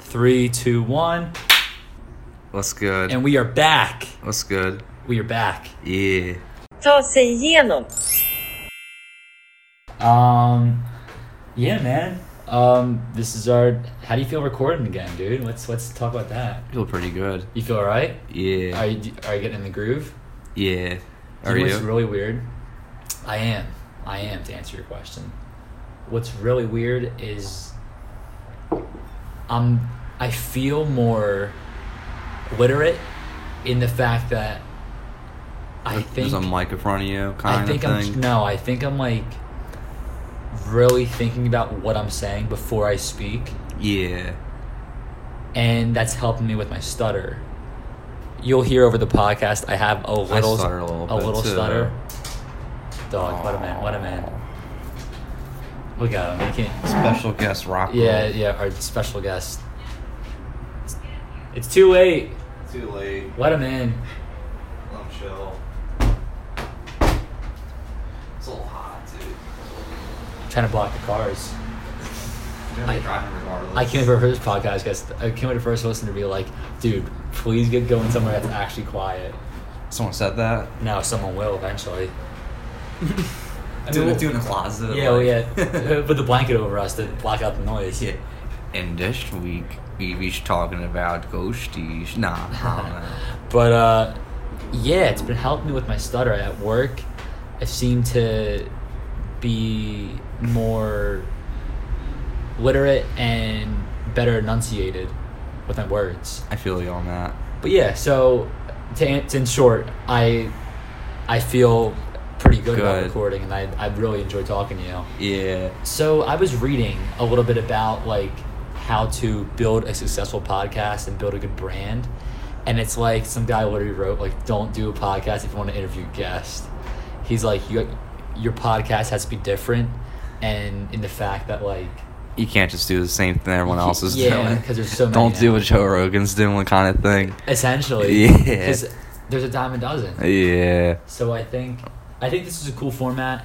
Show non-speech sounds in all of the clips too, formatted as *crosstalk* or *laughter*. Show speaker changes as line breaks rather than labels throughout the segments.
Three, two, one,
What's good?
and we are back.
What's good?
We are back.
Yeah.
Ta sig igenom.
Um, yeah, man. Um, this is our. How do you feel recording again, dude? Let's let's talk about that.
Feel pretty good.
You feel all right?
Yeah.
Are you are you getting in the groove?
yeah.
You
Are
know What's
you?
really weird? I am. I am to answer your question. What's really weird is I'm I feel more literate in the fact that I think
There's a mic in front of you, kind
I think
of
I'm
thing.
no, I think I'm like really thinking about what I'm saying before I speak
yeah.
and that's helping me with my stutter. You'll hear over the podcast I have a little
stutter a little bit, too.
stutter. Dog, what a man, what a man. Look at him. He can't
Special guest rock.
Yeah, yeah, our special guest. It's too late.
Too late.
Let him in.
I'm chill. It's a little hot, dude.
trying to block the cars. I-
driving regardless.
I can't wait for this podcast guys. I can't wait for first listener to be like, dude, please get going somewhere that's actually quiet.
Someone said that.
No, someone will
*laughs*
eventually. I
Do
mean,
it
*laughs*
in a closet.
Yeah, well,
like- *laughs*
yeah. Put the blanket over us to block out the noise.
yeah. And this week, we we was talking about ghosties.
*laughs*
Nah, nah, nah.
But uh, yeah, it's been helping me with my stutter at work. I seem to be more literate and better enunciated with my words.
I feel you on that.
But yeah, so to, an- to in short, I I feel pretty good, about
Good.
recording, and I I really enjoy talking to you.
Yeah.
So I was reading a little bit about like how to build a successful podcast and build a good brand, and it's like some guy literally wrote like, "Don't do a podcast if you want to interview guests." He's like, "You, your podcast has to be different," and in the fact that like,
You can't just do the same thing everyone else is
Yeah,
doing.
'cause there's so many
Don't do
now.
what Joe Rogan's doing, kind of thing.
essentially,
*laughs* Yeah.
'cause there's a dime a dozen.
Yeah.
So I think I think this is a cool format,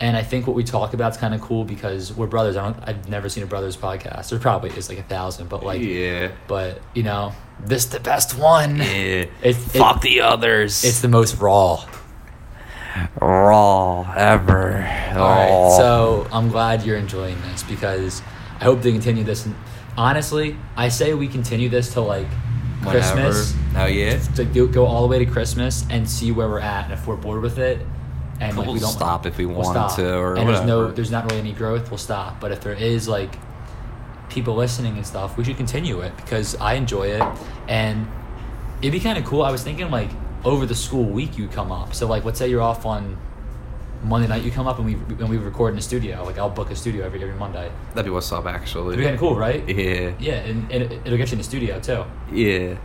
and I think what we talk about is kind of cool because we're brothers. I don't, I've never seen a brothers podcast. There probably is like a thousand, but like, *laughs*
yeah.
but you know, this the best one.
Yeah.
It's
Fuck
it-
the others.
it's the most raw.
raw ever.
All right,
Raw.
so I'm glad you're enjoying this because I hope they continue this. And honestly, I say we continue this till like
Whatever.
Christmas.
Oh yeah.
To go, go all the way to Christmas and see where we're at, and if we're bored with it, and like
We'll
we don't
stop if we
we'll
wanted
stop.
to, or
and there's no,
whatever.
there's not really any growth. We'll stop. But if there is like people listening and stuff, we should continue it because I enjoy it, and it'd be kind of cool. I was thinking like over the school week you come up. So like, let's say you're off on Monday night, you come up and we and we record in a studio. Like I'll book a studio every every Monday.
That'd be what's up, actually.
It'd be kind of cool, right?
Yeah.
Yeah, and, and it- it'll get you in the studio too.
Yeah.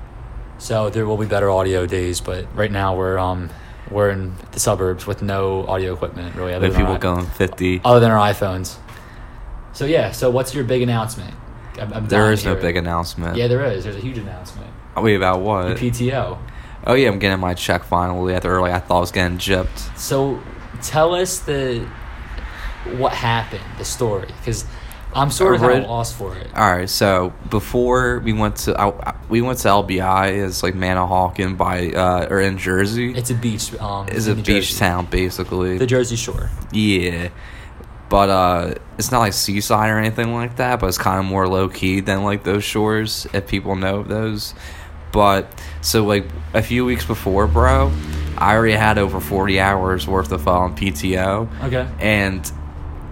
So there will be better audio days, but right now we're um we're in the suburbs with no audio equipment really other
With
than
people
our,
going fifty.
other than our iPhones. So yeah, so what's your big announcement? I'm, I'm
there
dying
is
to
no
hear
big
it.
announcement.
Yeah, there is. There's a huge announcement. E
Wait, about what?
PTO.
Oh yeah, I'm getting my check finally. After early, I thought I was getting gypped.
So tell us the what happened, the story, because I'm sort of at
Orig-
a loss for it.
All right, so before we went to I, I- we went to LBI is like Manahawkin by uh, or in Jersey.
It's a beach. Um,
is
in
a
New
beach
Jersey.
town basically.
The Jersey Shore.
yeah, but uh, it's not like seaside or anything like that. But it's kind of more low key than like those shores if people know those. But so like a few weeks before, bro, I already had over forty hours worth of um, PTO
Okay.
and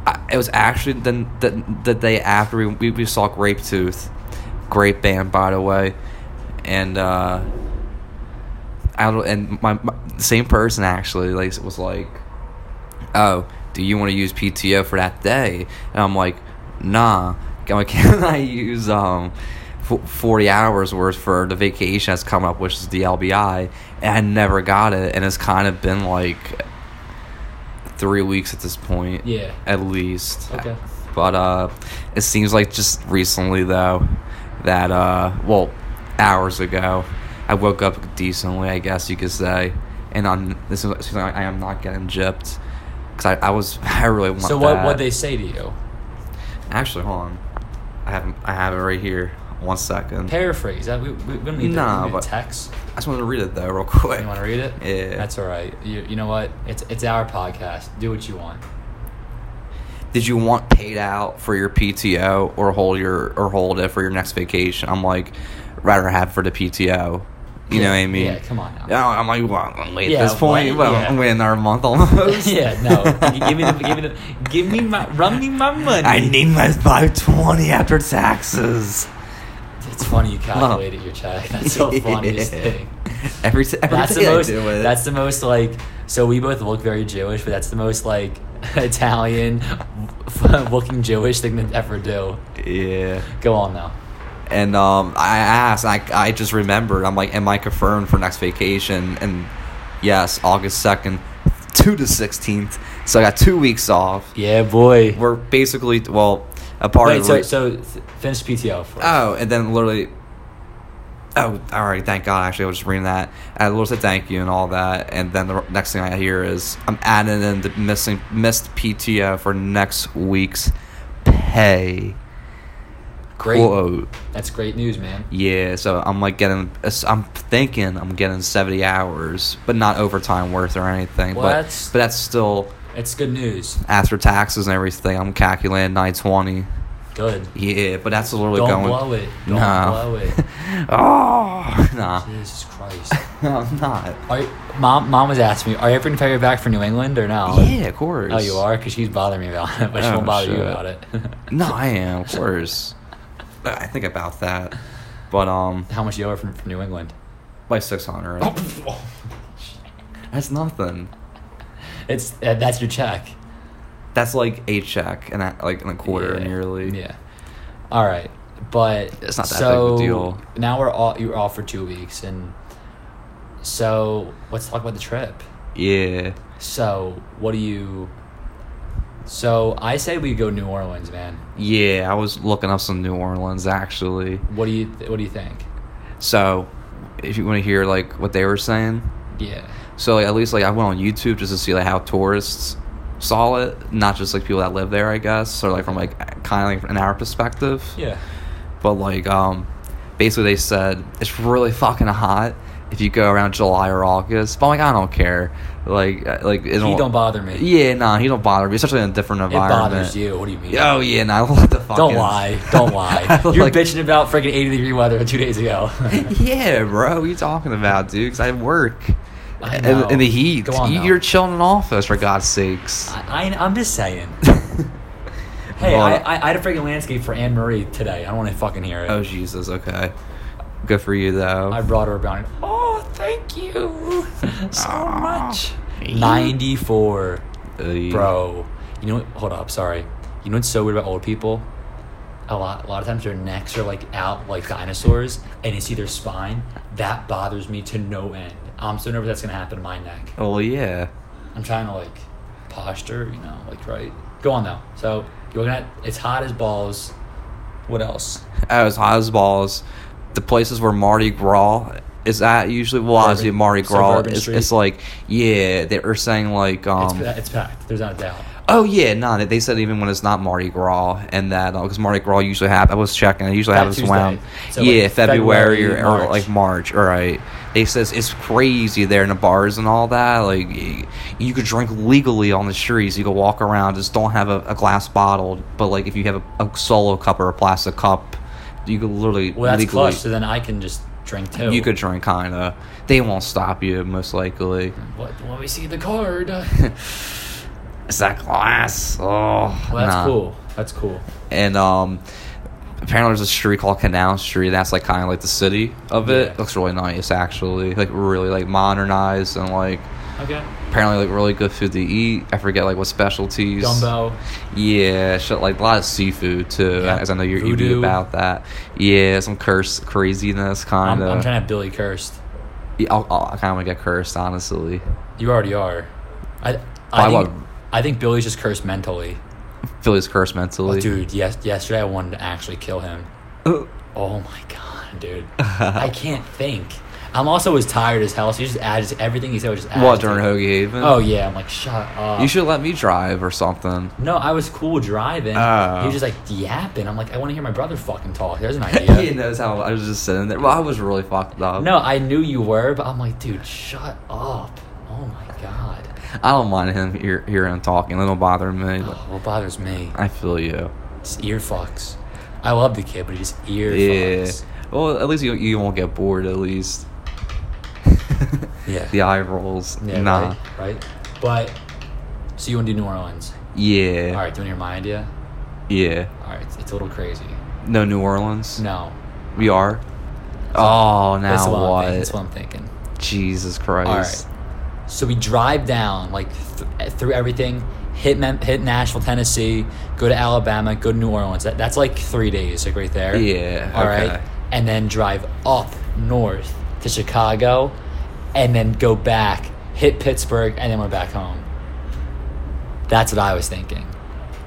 I, it was actually the, the the day after we we, we saw Grape Tooth, great band by the way, and uh, I don't and my, my same person actually like was like, oh, do you want to use PTO for that day? And I'm like, nah. I'm like, can *laughs* I use um. fo- 40 hours worth for the vacation that's coming up, which is the LBI, and I never got it. And it's kind of been like three weeks at this point.
Yeah.
At least.
Okay.
But uh it seems like just recently though that uh well, hours ago, I woke up decently, I guess you could say. And I'm this is excuse me, I am not getting gypped. Cause I, I was *laughs* I really want
So what
that.
what they say to you?
actually hold on. I have I have it right here. One second.
Paraphrase. That we, we we don't need
Nah,
that. We need
but-
text.
I just wanted to read it though, real quick.
You want to read it?
Yeah.
That's all right. You, you know what? It's it's our podcast. Do what you want.
Did you want paid out for your PTO or hold your or hold it for your next vacation? I'm like, rather have for the PTO. You know what I mean?
Yeah, come on now.
Yeah, I'm like, well, I'm late
Yeah,
at this point.
why-
Well,
yeah.
I'm waiting
*laughs*
another month almost.
yeah, no. Gi- give me the, give me the, give me my, run me my money.
I need my five twenty after taxes.
It's funny you calculated your check. *laughs* That's so funniest
*laughs* Yeah.
thing.
Every, t- every
That's the
day I
most.
do it.
That's the most like. So we both look very Jewish, but that's the most like *laughs* Italian *laughs* looking Jewish thing to ever do.
yeah.
Go on now.
And um, I asked, I, I just remembered, I'm like, am I confirmed for next vacation? And yes, August 2nd to the 16th. So I got two weeks off.
Yeah, boy.
We're basically, well, a part
Wait,
of
so,
re-
so th- finish PTO first.
Oh, and then literally. Oh, all right. Thank God. Actually, I was just reading that. I will say thank you and all that, and then the next thing I hear is I'm adding in the missing missed PTO for next week's pay.
great.
Quote.
That's great news, man.
Yeah. So I'm like getting. I'm thinking I'm getting 70 hours, but not overtime worth or anything.
Well,
but
that's-
but that's still
It's good news.
after taxes and everything. I'm calculating 920.
Good.
Yeah, but that's literally
Don't
going.
blow it. Don't
Nah.
blow it.
*laughs* oh, nah.
Jesus Christ.
*laughs* I'm not.
Are you, mom, mom was asking me, are you ever going to fly back for New England or no?
yeah, of course.
Oh, you are? Because she's bothering me about it, *laughs* but she
Oh,
won't bother you
shit.
about it.
*laughs* No, I am, of course. I think about that, but um,
How much do you owe her from, from New England?
by six hundred,
Oh.
that's nothing.
It's uh, That's your check.
That's like a check and a, like in a quarter
Yeah.
nearly.
Yeah. All right. But
It's not that
so
big of a deal.
Now we're all, you're off for two weeks. And so let's talk about the trip.
Yeah.
So, what do you. So, I say we go New Orleans, man.
Yeah. I was looking up some New Orleans actually.
What do you What do you think?
So, if you want to hear like what they were saying,
Yeah.
So like, at least like I went on YouTube just to see like how tourists saw it, not just like people that live there, I guess, or like from like kind of like an our perspective.
Yeah.
But like um, basically they said it's really fucking hot if you go around July or August. But like I don't care. Like uh, like it
He don't bother me.
Yeah, nah, he don't bother me, especially in a different
It
environment.
bothers you. What do you mean?
Oh yeah, *laughs* nah, I love the fucking.
Don't
*laughs*
lie. Don't lie.
I
You're
like-
bitching about freaking 80 degree weather two days ago.
*laughs* yeah, bro. What are you talking about, dude? Because I work.
I
in-
know.
In the heat.
Go on,
You-
though.
You're chilling in an office, for God's sakes.
I, I, I'm just
*laughs*
saying. Hey, I,
Well-
I, I had a freaking landscape for Anne Marie today. I don't want to fucking hear it.
Oh, Jesus. Okay. Good for you, though.
I brought her around. Oh, thank you
*laughs*
so
Aw.
much. 94,
Ugh.
bro. You know what? Hold up. Sorry. You know what's so weird about old people? A lot, a lot of times their necks are like out like dinosaurs, and you see their spine. That bothers me to no end. I'm so nervous that's gonna happen to my neck.
Well, Oh, yeah.
I'm trying to like posture, you know, like right. Go on though. So you're looking at it's hot as balls. What else?
Oh, I was hot as balls. The places where Mardi Gras is at usually, well, obviously
Suburban-
Mardi Gras,
suburban
it's,
street.
it's like, yeah, they're saying like,
It's,
um,
it's packed. There's not a doubt.
oh yeah, no, they- they said even when it's not Mardi Gras and that because Mardi Gras usually happens. I was checking, it usually
That
happens around,
Tuesday. So, like,
yeah, February,
February,
or,
March.
or like March. All right, they says it's crazy there in the bars and all that. Like y- you could drink legally on the streets, you could walk around, just don't have a, a glass bottle, but like if you have a, a solo cup or a plastic cup, you could literally
Well, that's
legally.
clutch. So then I can just drink too.
You could drink, kinda. They won't stop you, most likely.
What? When we see the
*laughs*
card. well,
It's that glass. Oh,
that's
nah.
cool. That's cool.
and um apparently there's a street called canal street that's like kind of like the city of it
Yeah.
looks really nice actually like really like modernized and like
Okay.
apparently like really good food to eat i forget like what specialties
Dumbo.
yeah shit like a lot of seafood too
Yeah.
as i know you're you be
Voodoo.
about that yeah some curse craziness
I'm,
kind
I'm
of
trying to have Billy cursed.
Yeah, I'll- I'll- i kind of want to get cursed honestly
You already are. I.
By
I think,
what?
I think Billy's just cursed mentally.
philly's cursed mentally
Dude, yes, yesterday I wanted to actually kill him.
dude
Oh my god, dude. I can't think. I'm also was tired as hell, so you just added everything he said was just added.
*laughs* What
to
during
it.
Hoagie Haven?
Oh yeah, I'm like shut up.
You should let me drive or something.
No, I was cool driving.
Oh.
He was just like yapping. I'm like, I want to hear my brother fucking talk.
*laughs*
There's an idea.
he knows how I was just sitting there. Well, I was really fucked up.
No, I knew you were, but I'm like, dude, shut up. Oh my god.
I don't mind him hear, hearing him talking. It don't bother me. but
Oh, what bothers me?
I feel you.
It's ear fucks. I love the kid, but he just ear
Yeah.
fucks.
Well, at least you, you won't get bored. At least.
*laughs* Yeah.
The eye rolls.
Yeah.
nah.
Right, right. But so you want to do New Orleans?
Yeah.
All right. Do you want to hear my idea?
Yeah.
All right. It's, it's a little crazy.
No New Orleans.
No.
We are. Oh,
That's
now
what, I'm
what?
thinking. That's what I'm thinking.
Jesus Christ.
So we drive down like th- through everything, hit Mem- hit Nashville, Tennessee, go to Alabama, go to New Orleans. That, that's like three days, like right there.
Yeah,
All right,
okay.
and then drive up north to Chicago, and then go back, hit Pittsburgh, and then we're back home. That's what I was thinking.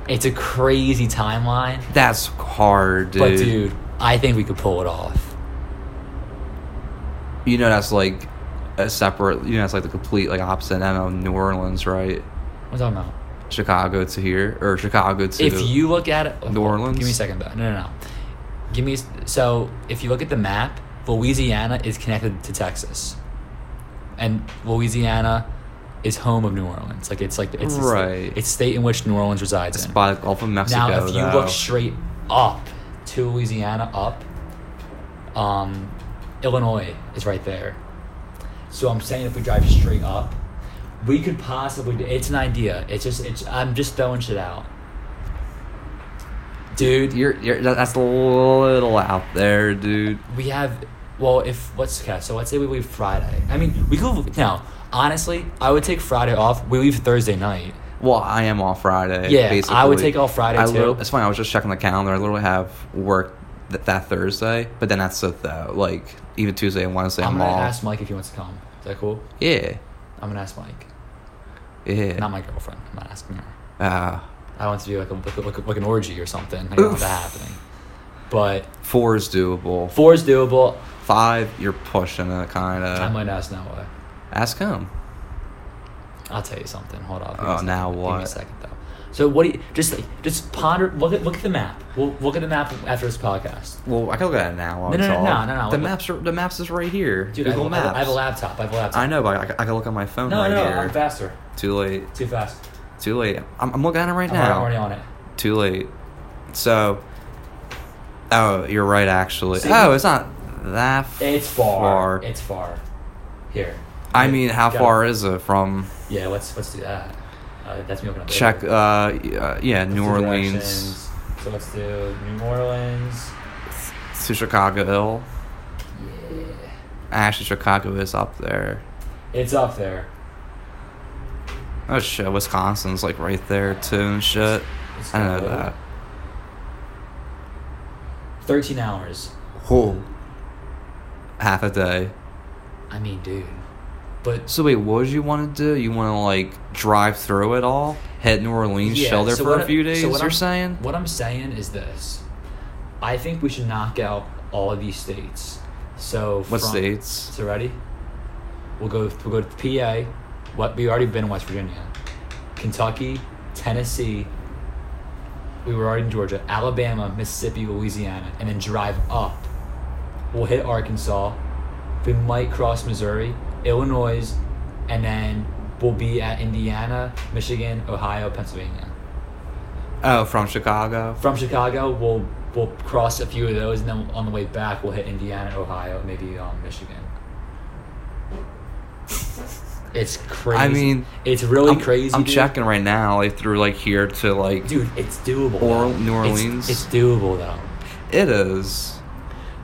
It's a crazy timeline,
That's hard, dude.
but dude, I think we could pull it off.
you know that's like a separate. You know that's like the complete like opposite end of New Orleans, right?
What am I talking about?
Chicago to here or Chicago to.
if you look at it,
New Orleans?
Give me a second, though. No, no, no. Give me so if you look at the map, Louisiana is connected to Texas, and Louisiana is home of New Orleans. Like it's like it's
Right.
It's, the state in which New Orleans resides
It's
in.
by the Gulf of Mexico.
now, if you
though.
look straight up to Louisiana, up, um, Illinois is right there. So I'm saying if we drive straight up, we could possibly. do- It's an idea. It's just. It's. I'm just throwing shit out, dude.
You're, you're that- that's a little out there, dude.
we have. Well, if what's okay, so let's say we leave Friday. I mean, we could now. Honestly, I would take Friday off. We leave Thursday night.
Well, I am off Friday.
Yeah,
basically.
I would take off Friday,
I
too.
lit- it's funny. I was just checking the calendar. I literally have work th- that Thursday, but then that's it though. Like even Tuesday and Wednesday,
I'm
I'm,
gonna
off.
ask Mike if he wants to come. Is that cool?
yeah,
I'm gonna ask Mike.
yeah.
Not my girlfriend. I'm not asking her.
uh,
I want to do like a like, a- like, a- like an orgy or something. I don't want
Oof.
that happening. But
four is doable.
four is doable.
Five, you're pushing it, kind
I
of.
might ask now why.
Ask him.
I'll tell you something. Hold on. Give me a
Oh,
second.
now
Give me a
what?
second though. So what do you just like, just ponder? Look at look at the map. We'll look at the map after this podcast.
Well, I can look at it now. while
No,
it's
no, no,
all-
no, no, no.
The maps are the maps is right here.
Dude, I,
Google
have, a- I have a- I have a
Maps.
laptop. I have a laptop.
I know, but I, I can look on my phone
no,
right
no,
here.
I'm faster.
Too late.
Too fast.
Too late. I'm, I'm looking at it right
I'm
now.
already on it.
Too late. So, oh, you're right, actually.
See?
oh, it's not that f-
It's far.
far.
It's far. Here.
I mean, how
Got it.
far is it from
Yeah. Let's let's do that. Uh, that's me opening up. the
check? Uh,
Uber.
uh, yeah, New
Let's do
Orleans
directions. So let's do New Orleans.
to Chicago Hill.
Yeah.
Actually, Chicago is up there.
It's up there.
Oh shit, Wisconsin's like right there too and shit.
It's
I know
doable.
that.
13 hours.
Whole half a day.
I mean, dude. But
So wait, what did you want to do? You want to like drive through it all, head New Orleans,
yeah,
chill there
so
for
what
a
I-
few
so
days?
what
you're
I'm-
saying?
What I'm saying is this. I think we should knock out all of these states. So
What
from-
states?
So ready? We'll go. We'll go to PA. What we already been in West Virginia, Kentucky, Tennessee. We were already in Georgia, Alabama, Mississippi, Louisiana, and then drive up. We'll hit Arkansas. We might cross Missouri, Illinois, and then we'll be at Indiana, Michigan, Ohio, Pennsylvania.
Oh, from Chicago.
From Chicago, we'll we'll cross a few of those, and then on the way back, we'll hit Indiana, Ohio, maybe um, Michigan. It's crazy.
I mean,
it's really
I'm,
crazy.
I'm
dude.
checking right now, like through like here to like.
dude. It's doable.
Or-
though.
New
It's-
Orleans.
It's, doable though.
It is.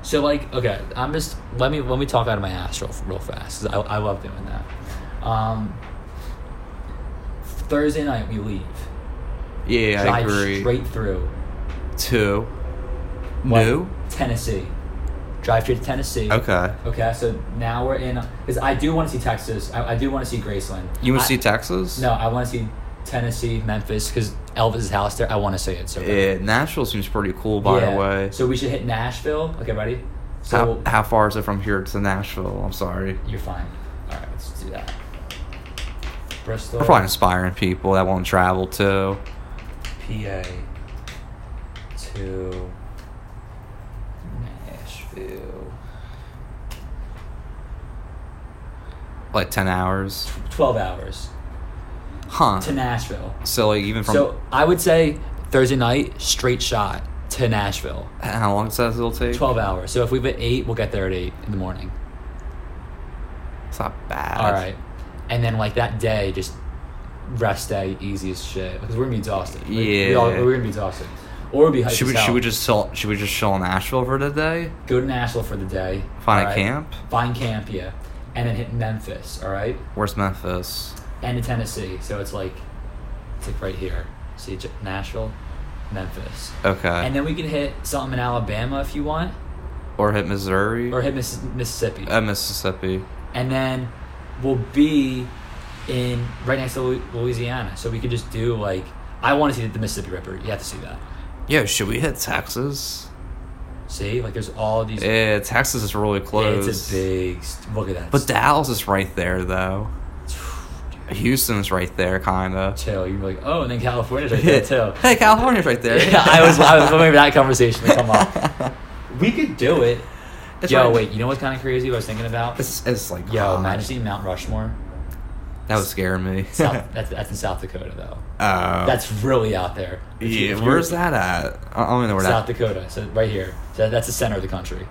So like, okay, I'm just let me let me talk out of my ass real, real fast. 'cause I I love doing that. Um, Thursday night we leave.
Yeah, I
Drive
agree.
straight through.
to
What?
new.
Tennessee. Drive straight to Tennessee.
Okay.
Okay, so now we're in because I do want to see Texas. I, I do want to see Graceland.
You want
I-
to see Texas?
No, I want to see Tennessee, Memphis, because Elvis's house there. I want to see it. So bad.
Yeah, Nashville seems pretty cool, by
Yeah.
the way.
So we should hit Nashville. Okay, ready? So
how, how far is it from here to Nashville? I'm sorry.
you're fine. All right, let's do that. Bristol,
We're probably inspiring people that won't travel too.
PA to Nashville.
Like ten hours.
Twelve hours
Huh.
to Nashville.
So like even from
So I would say Thursday night, straight shot to Nashville.
how long does that still take?
12 hours. So if we leave at 8, we'll get there at 8 in the morning.
It's not bad.
All right. And then, like, that day, just rest day, easy as shit. Because we're going to be exhausted. We, we all,
Yeah.
we're going to be exhausted. Or we'll be hyped
Should we
as hell.
should we just chill, should we just chill in Nashville for today?
go to Nashville for the day?
Find a
all right?
camp?
Find camp, yeah. And then hit Memphis, all right?
Where's Memphis?
And to Tennessee. So it's like, it's like right here. See, J- Nashville, Memphis.
Okay.
And then we can hit something in Alabama if you want,
or hit Missouri.
or hit Miss- Mississippi.
uh, Mississippi.
and then we'll be in right next to Lu- Louisiana, so we could just do like I want to see the Mississippi River. You have to see that.
Yeah, should we hit Texas?
See, like there's all these.
Yeah, Texas is really close.
It's a big st- look at that.
But Dallas is right there though. Houston's right
*laughs*
there, kinda.
too. You're like, oh, and then California's right
*laughs*
there too.
Hey, California's right there.
yeah, *laughs* I was I was wondering if that conversation would
*laughs*
come up. We could do it.
It's
Yo,
right-
wait. You know what's kind of crazy? What I was thinking about.
It's, it's like
Yo,
hot.
imagine seeing Mount Rushmore.
that was scaring me. *laughs*
South, that's, that's in South Dakota though.
Oh.
That's really out there. If you-
yeah.
if you're-
Where's that at? I I don't know where
South
that.
Dakota. So right here. So that's the center of the country.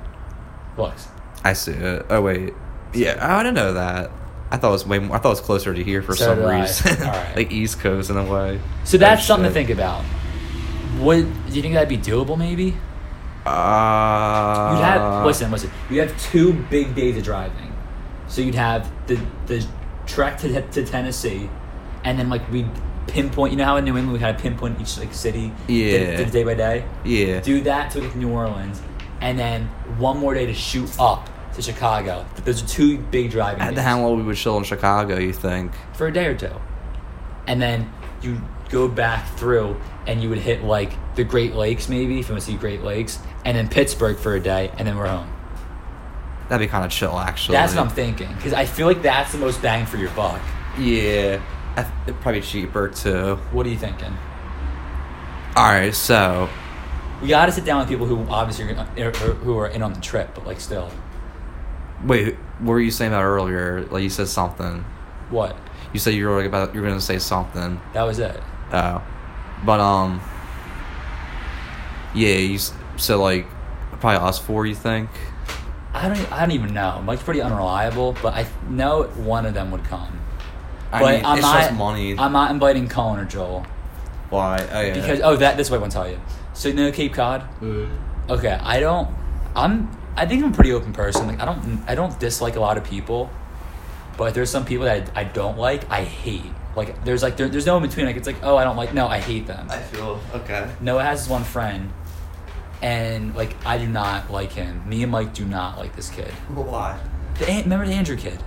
Look.
I see it. Oh wait. Yeah, I didn't know that. I thought it was way more. I thought it was closer to here for
So
some
did I.
reason. *laughs*
Alright.
like East Coast in a way.
So that's
Oh,
something to
shit.
think about. Would do you think that'd be doable? Maybe you'd
Uh,
have listen, listen. You have two big days of driving, so you'd have the the trek to to Tennessee, and then like we pinpoint. You know how in New England we kind of pinpoint each like city.
Yeah.
Did, did day by day.
Yeah.
Do that to New Orleans, and then one more day to shoot up to Chicago. Those are two big driving.
At the
days.
how long we would chill in Chicago? You think?
for a day or two. And then you go back through and you would hit like the Great Lakes maybe if you want to see Great Lakes and then Pittsburgh for a day and then we're home.
That'd be kind of chill, actually.
That's what I'm thinking because I feel like that's the most bang for your buck.
Yeah. I th- it'd probably be cheaper too.
What are you thinking?
All right, so
We got to sit down with people who obviously are gonna, er, er, who are in on the trip, but like still,
wait, what were you saying about earlier? Like you said something.
what?
You said you were like about you're gonna say something.
That was it.
Oh, but um, yeah. You s- so like probably us four. You think?
I don't. e- I don't even know. Mike's pretty unreliable, but I know one of them would come.
I
but
mean,
I'm
it's
not.
just money.
I'm not inviting Colin or Joel.
Why? Oh, yeah.
Because oh, that this way I want to tell you. So you know Cape Cod. Okay, I don't. I'm. I think I'm a pretty open person. Like I don't. I don't dislike a lot of people, but there's some people that I, I don't like. I hate. Like there's like there, there's no in between. Like it's like oh I don't like no I hate them.
feel okay.
Noah has this one friend, and like I do not like him. Me and Mike do not like this kid.
Why?
The, An- remember the Andrew kid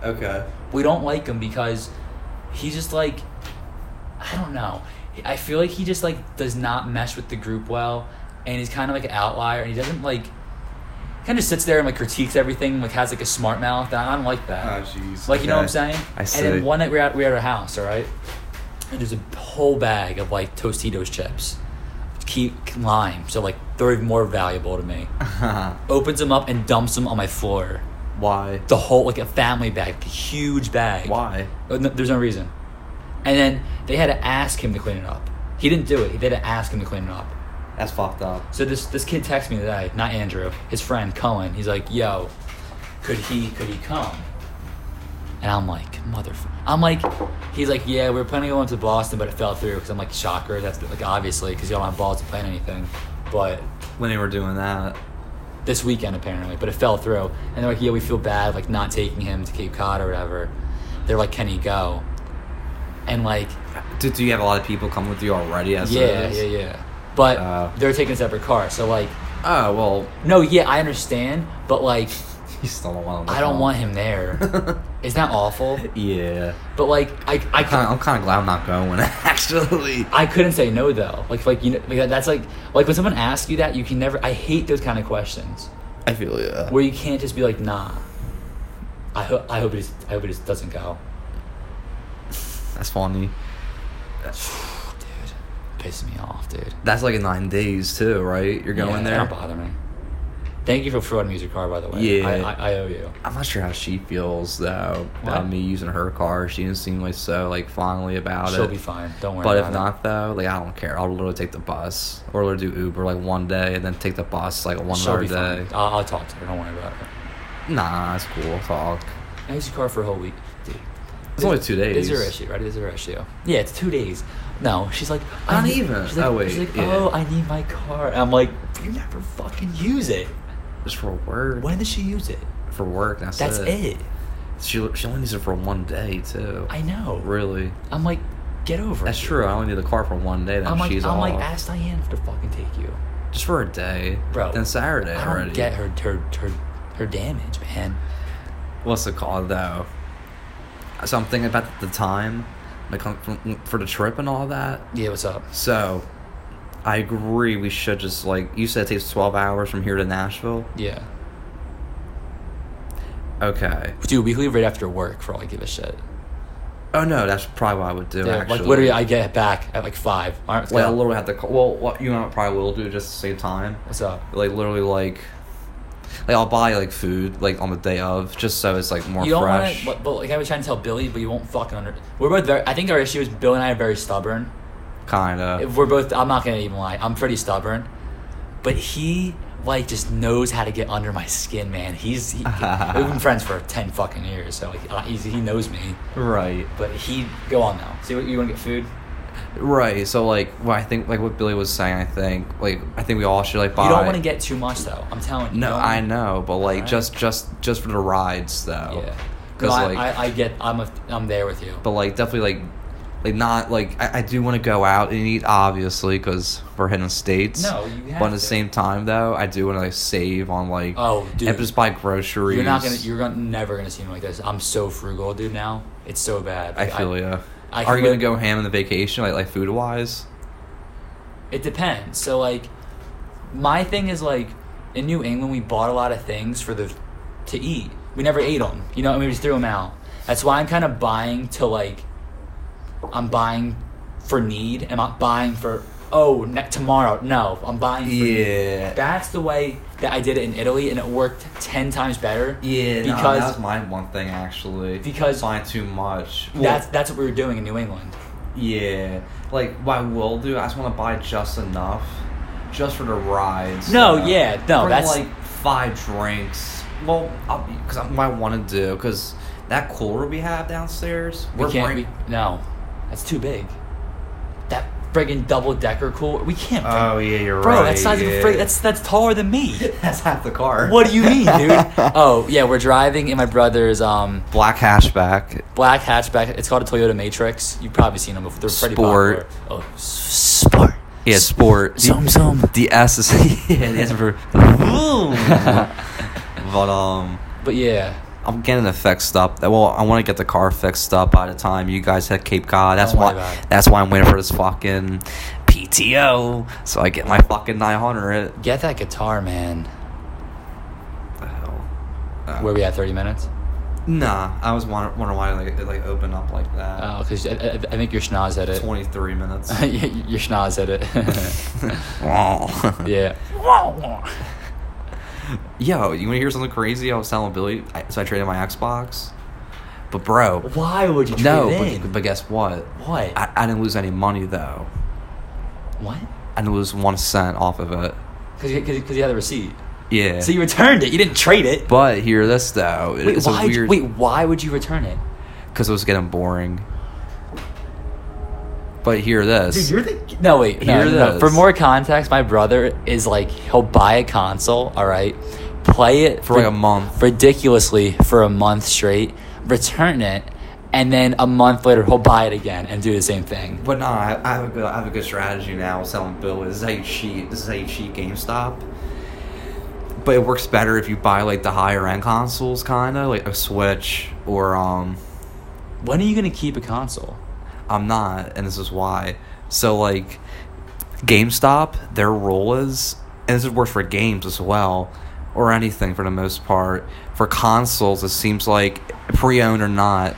Okay.
we don't like him because he's just like I don't know. I feel like he just like does not mesh with the group well, and he's kind of like an outlier, and he doesn't like kind of sits there and like critiques everything, like has like a smart mouth. And I don't like that.
Ah, jeez.
like you know what I'm saying?
Oh, I
And
see.
then one night we're at we're at our house, all right, and there's a whole bag of like Tostitos chips, keep lime, so like they're even more valuable to
*laughs*
me. Opens them up and dumps them on my floor.
Why?
The whole like a family bag, a huge bag.
Why?
Uh, no- There's no reason. And then they had to ask him to clean it up. He didn't do it. They had to ask him to clean it up.
That's fucked up.
So this this kid texted me today, not Andrew, his friend Cohen. He's like, "Yo, could he could he come?" And I'm like, "Motherfucker!" I'm like, he's like, "Yeah, we were planning on going to Boston, but it fell through." Because I'm like, "Shocker!" That's like obviously because you don't have balls to plan anything. But
When they were doing that.
this weekend apparently, but it fell through. And they're like, yeah, we feel bad like not taking him to Cape Cod or whatever. They're like, can he go? And like,
Do, do you have a lot of people come with you already? As it
yeah,
is?
yeah, yeah. But
Oh.
they're taking a separate car, so like,
Oh well, *laughs*
no, yeah, I understand, but like,
he's still alone.
I don't want him
*laughs*
there. Isn't that awful?
yeah.
But like, I, I
Kinda-
couldn't,
I'm kind of glad I'm not going *laughs* actually.
I couldn't say no though. Like, like you know, like, that's like, like when someone asks you that, you can never. I hate those kind of questions.
I feel yeah.
where you can't just be like, nah. I hope I hope it just I hope it just doesn't go.
That's funny.
Dude, pissing me off, dude.
That's like in nine days too, right? You're going
Yeah, Don't
there.
bother me. Thank you for throwing me your car, by the way.
Yeah.
I, I, I owe you.
I'm not sure how she feels though
What?
about me using her car. She didn't seem like so like fondly about
She'll
it.
be fine. Don't worry.
But
about
if
it.
not though, like I don't care. I'll literally take the bus or literally do Uber like one day and then take the bus like one
she'll
other
be
day.
fine. I'll, I'll talk to her. Don't worry about it.
Nah, it's cool. Talk.
I used your car for a whole week, dude.
It's only two
Is
days.
her issue, right? Is her issue? Yeah, it's two days. No, she's like,
Not
I need-
even.
She's like,
Oh,
she's
wait,
like,
yeah.
oh, I need my car. I'm like, you never fucking use it.
Just for work.
When did she use it?
For work. That's,
That's
it.
it.
She she only needs it for one day too.
I know.
really.
I'm like, get over
That's
it.
true. I only need the car for one day. Then
I'm like,
she's
I'm like,
off.
ask Diane to fucking take you,
just for a day.
bro.
Then Saturday
I don't
already.
get her, her, her, her damage, man.
What's it called though? So I'm thinking about the time, like um, from- for the trip and all that.
Yeah, what's up?
So, I agree. We should just like you said, it takes twelve hours from here to Nashville.
Yeah,
Okay.
dude, we leave right after work for all I give a shit.
Oh no, that's probably what I would do.
Yeah,
actually,
like literally, I get back at like five. All right, let's
Like, I
go.
literally have to. Call, well, what you and I probably will do just to save time.
What's up?
Like literally, like, like I'll buy like food like on the day of, just so it's like more
You don't want
fresh.
to, but, but like I was trying to tell Billy, but you won't fucking under. We're both very. I think our issue is Bill and I are very stubborn.
Kinda.
If We're both. I'm not gonna even lie. I'm pretty stubborn, but he like just knows how to get under my skin, man. He's
*laughs*
he, we've been friends for ten fucking years, so like I- he's, he knows me.
right.
But he go on now. See what you want to get food.
Right. So like, what I think like what Billy was saying, I think like I think we all should like buy.
You don't want to get too much though. I'm telling you.
No,
you don't-
I know, but like
Alright.
just just just for the rides though.
Yeah.
Because
Because I,
like,
I, I get. I'm a, I'm there with you.
but like definitely like like not like I, I do want to go out and eat obviously because we're hitting states.
No, you have
But at the
to.
same time though, I do want to like save on like
Oh, dude.
and just buy groceries.
You're not gonna. You're gonna, never gonna see me like this. I'm so frugal, dude. Now it's so bad.
I feel yeah.
I
Are
can
you gonna
live-
go ham on the vacation like like food wise?
It depends. So like, my thing is like, in New England we bought a lot of things for the to eat. We never ate them. You know, and we just threw them out. That's why I'm kind of buying to like, I'm buying for need. I'm not buying for oh ne- tomorrow. No, I'm buying. For need.
Yeah.
That's the way that I did it in Italy, and it worked ten times better.
Yeah, because
because
that was my one thing actually.
Because-
buying too much. Well,
that's that's what we were doing in New England.
Yeah, like what I will do, I just want to buy just enough, just for the rides.
No,
you know?
yeah, no,
for
that's-
like five drinks. Well, I'll because what I want to do because that cooler we have downstairs,
We
we're
can't.
bring-
we, no, that's too big. That friggin' double decker cooler. We can't. Bring,
Oh yeah, you're
bro,
right.
that's not even
yeah.
frig. That's that's taller than me.
*laughs* that's half the car.
What do you mean,
*laughs*
dude? oh yeah, we're driving in my brother's um
Black hatchback.
black hatchback. It's called a Toyota Matrix. You've probably seen them before. They're pretty
Sport.
popular. Oh, s- sport.
Yeah,
S-
sport.
Zoom zoom.
The S is *laughs* yeah, the S is for boom. *laughs* but um.
But yeah,
I'm getting the fixed up. Well, I want to get the car fixed up by the time you guys hit Cape Cod. That's
Don't
why.
worry about it.
That's why I'm waiting for this fucking PTO so I get my fucking 900.
get that guitar, man.
What the hell? Uh,
Where we at? Thirty minutes.
Nah, I was wonder- wondering why like, it like opened up like that.
Oh, because I, I, I think your schnoz at *laughs* it.
23 minutes. *laughs*
your schnoz at it. *laughs*
Wow.
yeah.
Yo, you want to hear something crazy? I was telling Billy, I, so I traded my Xbox. But bro,
Why would you trade
no.
it
But,
in?
but guess what?
what?
I, I didn't lose any money though.
what?
I didn't lose one cent off of it.
Because you, had the receipt.
Yeah.
So you returned it. You didn't trade it.
But hear this though, it-
Wait,
it's a
why?
weird
Wait, why would you return it?
because it was getting boring. But hear this,
the no wait. No,
Here
no,
it
no.
is.
For more context, my brother is like he'll buy a console. All right, play it
For like a month.
ridiculously for a month straight, return it, and then a month later he'll buy it again and do the same thing.
but nah, I, I have a good, I have a good strategy now. Selling Bill this is how you cheat. This is how you cheat GameStop. But it works better if you buy like the higher end consoles, kind of like a Switch or um,
When are you gonna keep a console?
I'm not, and this is why. So like, GameStop, their rule is, and this is works for games as well, or anything for the most part. For consoles, it seems like pre-owned or not,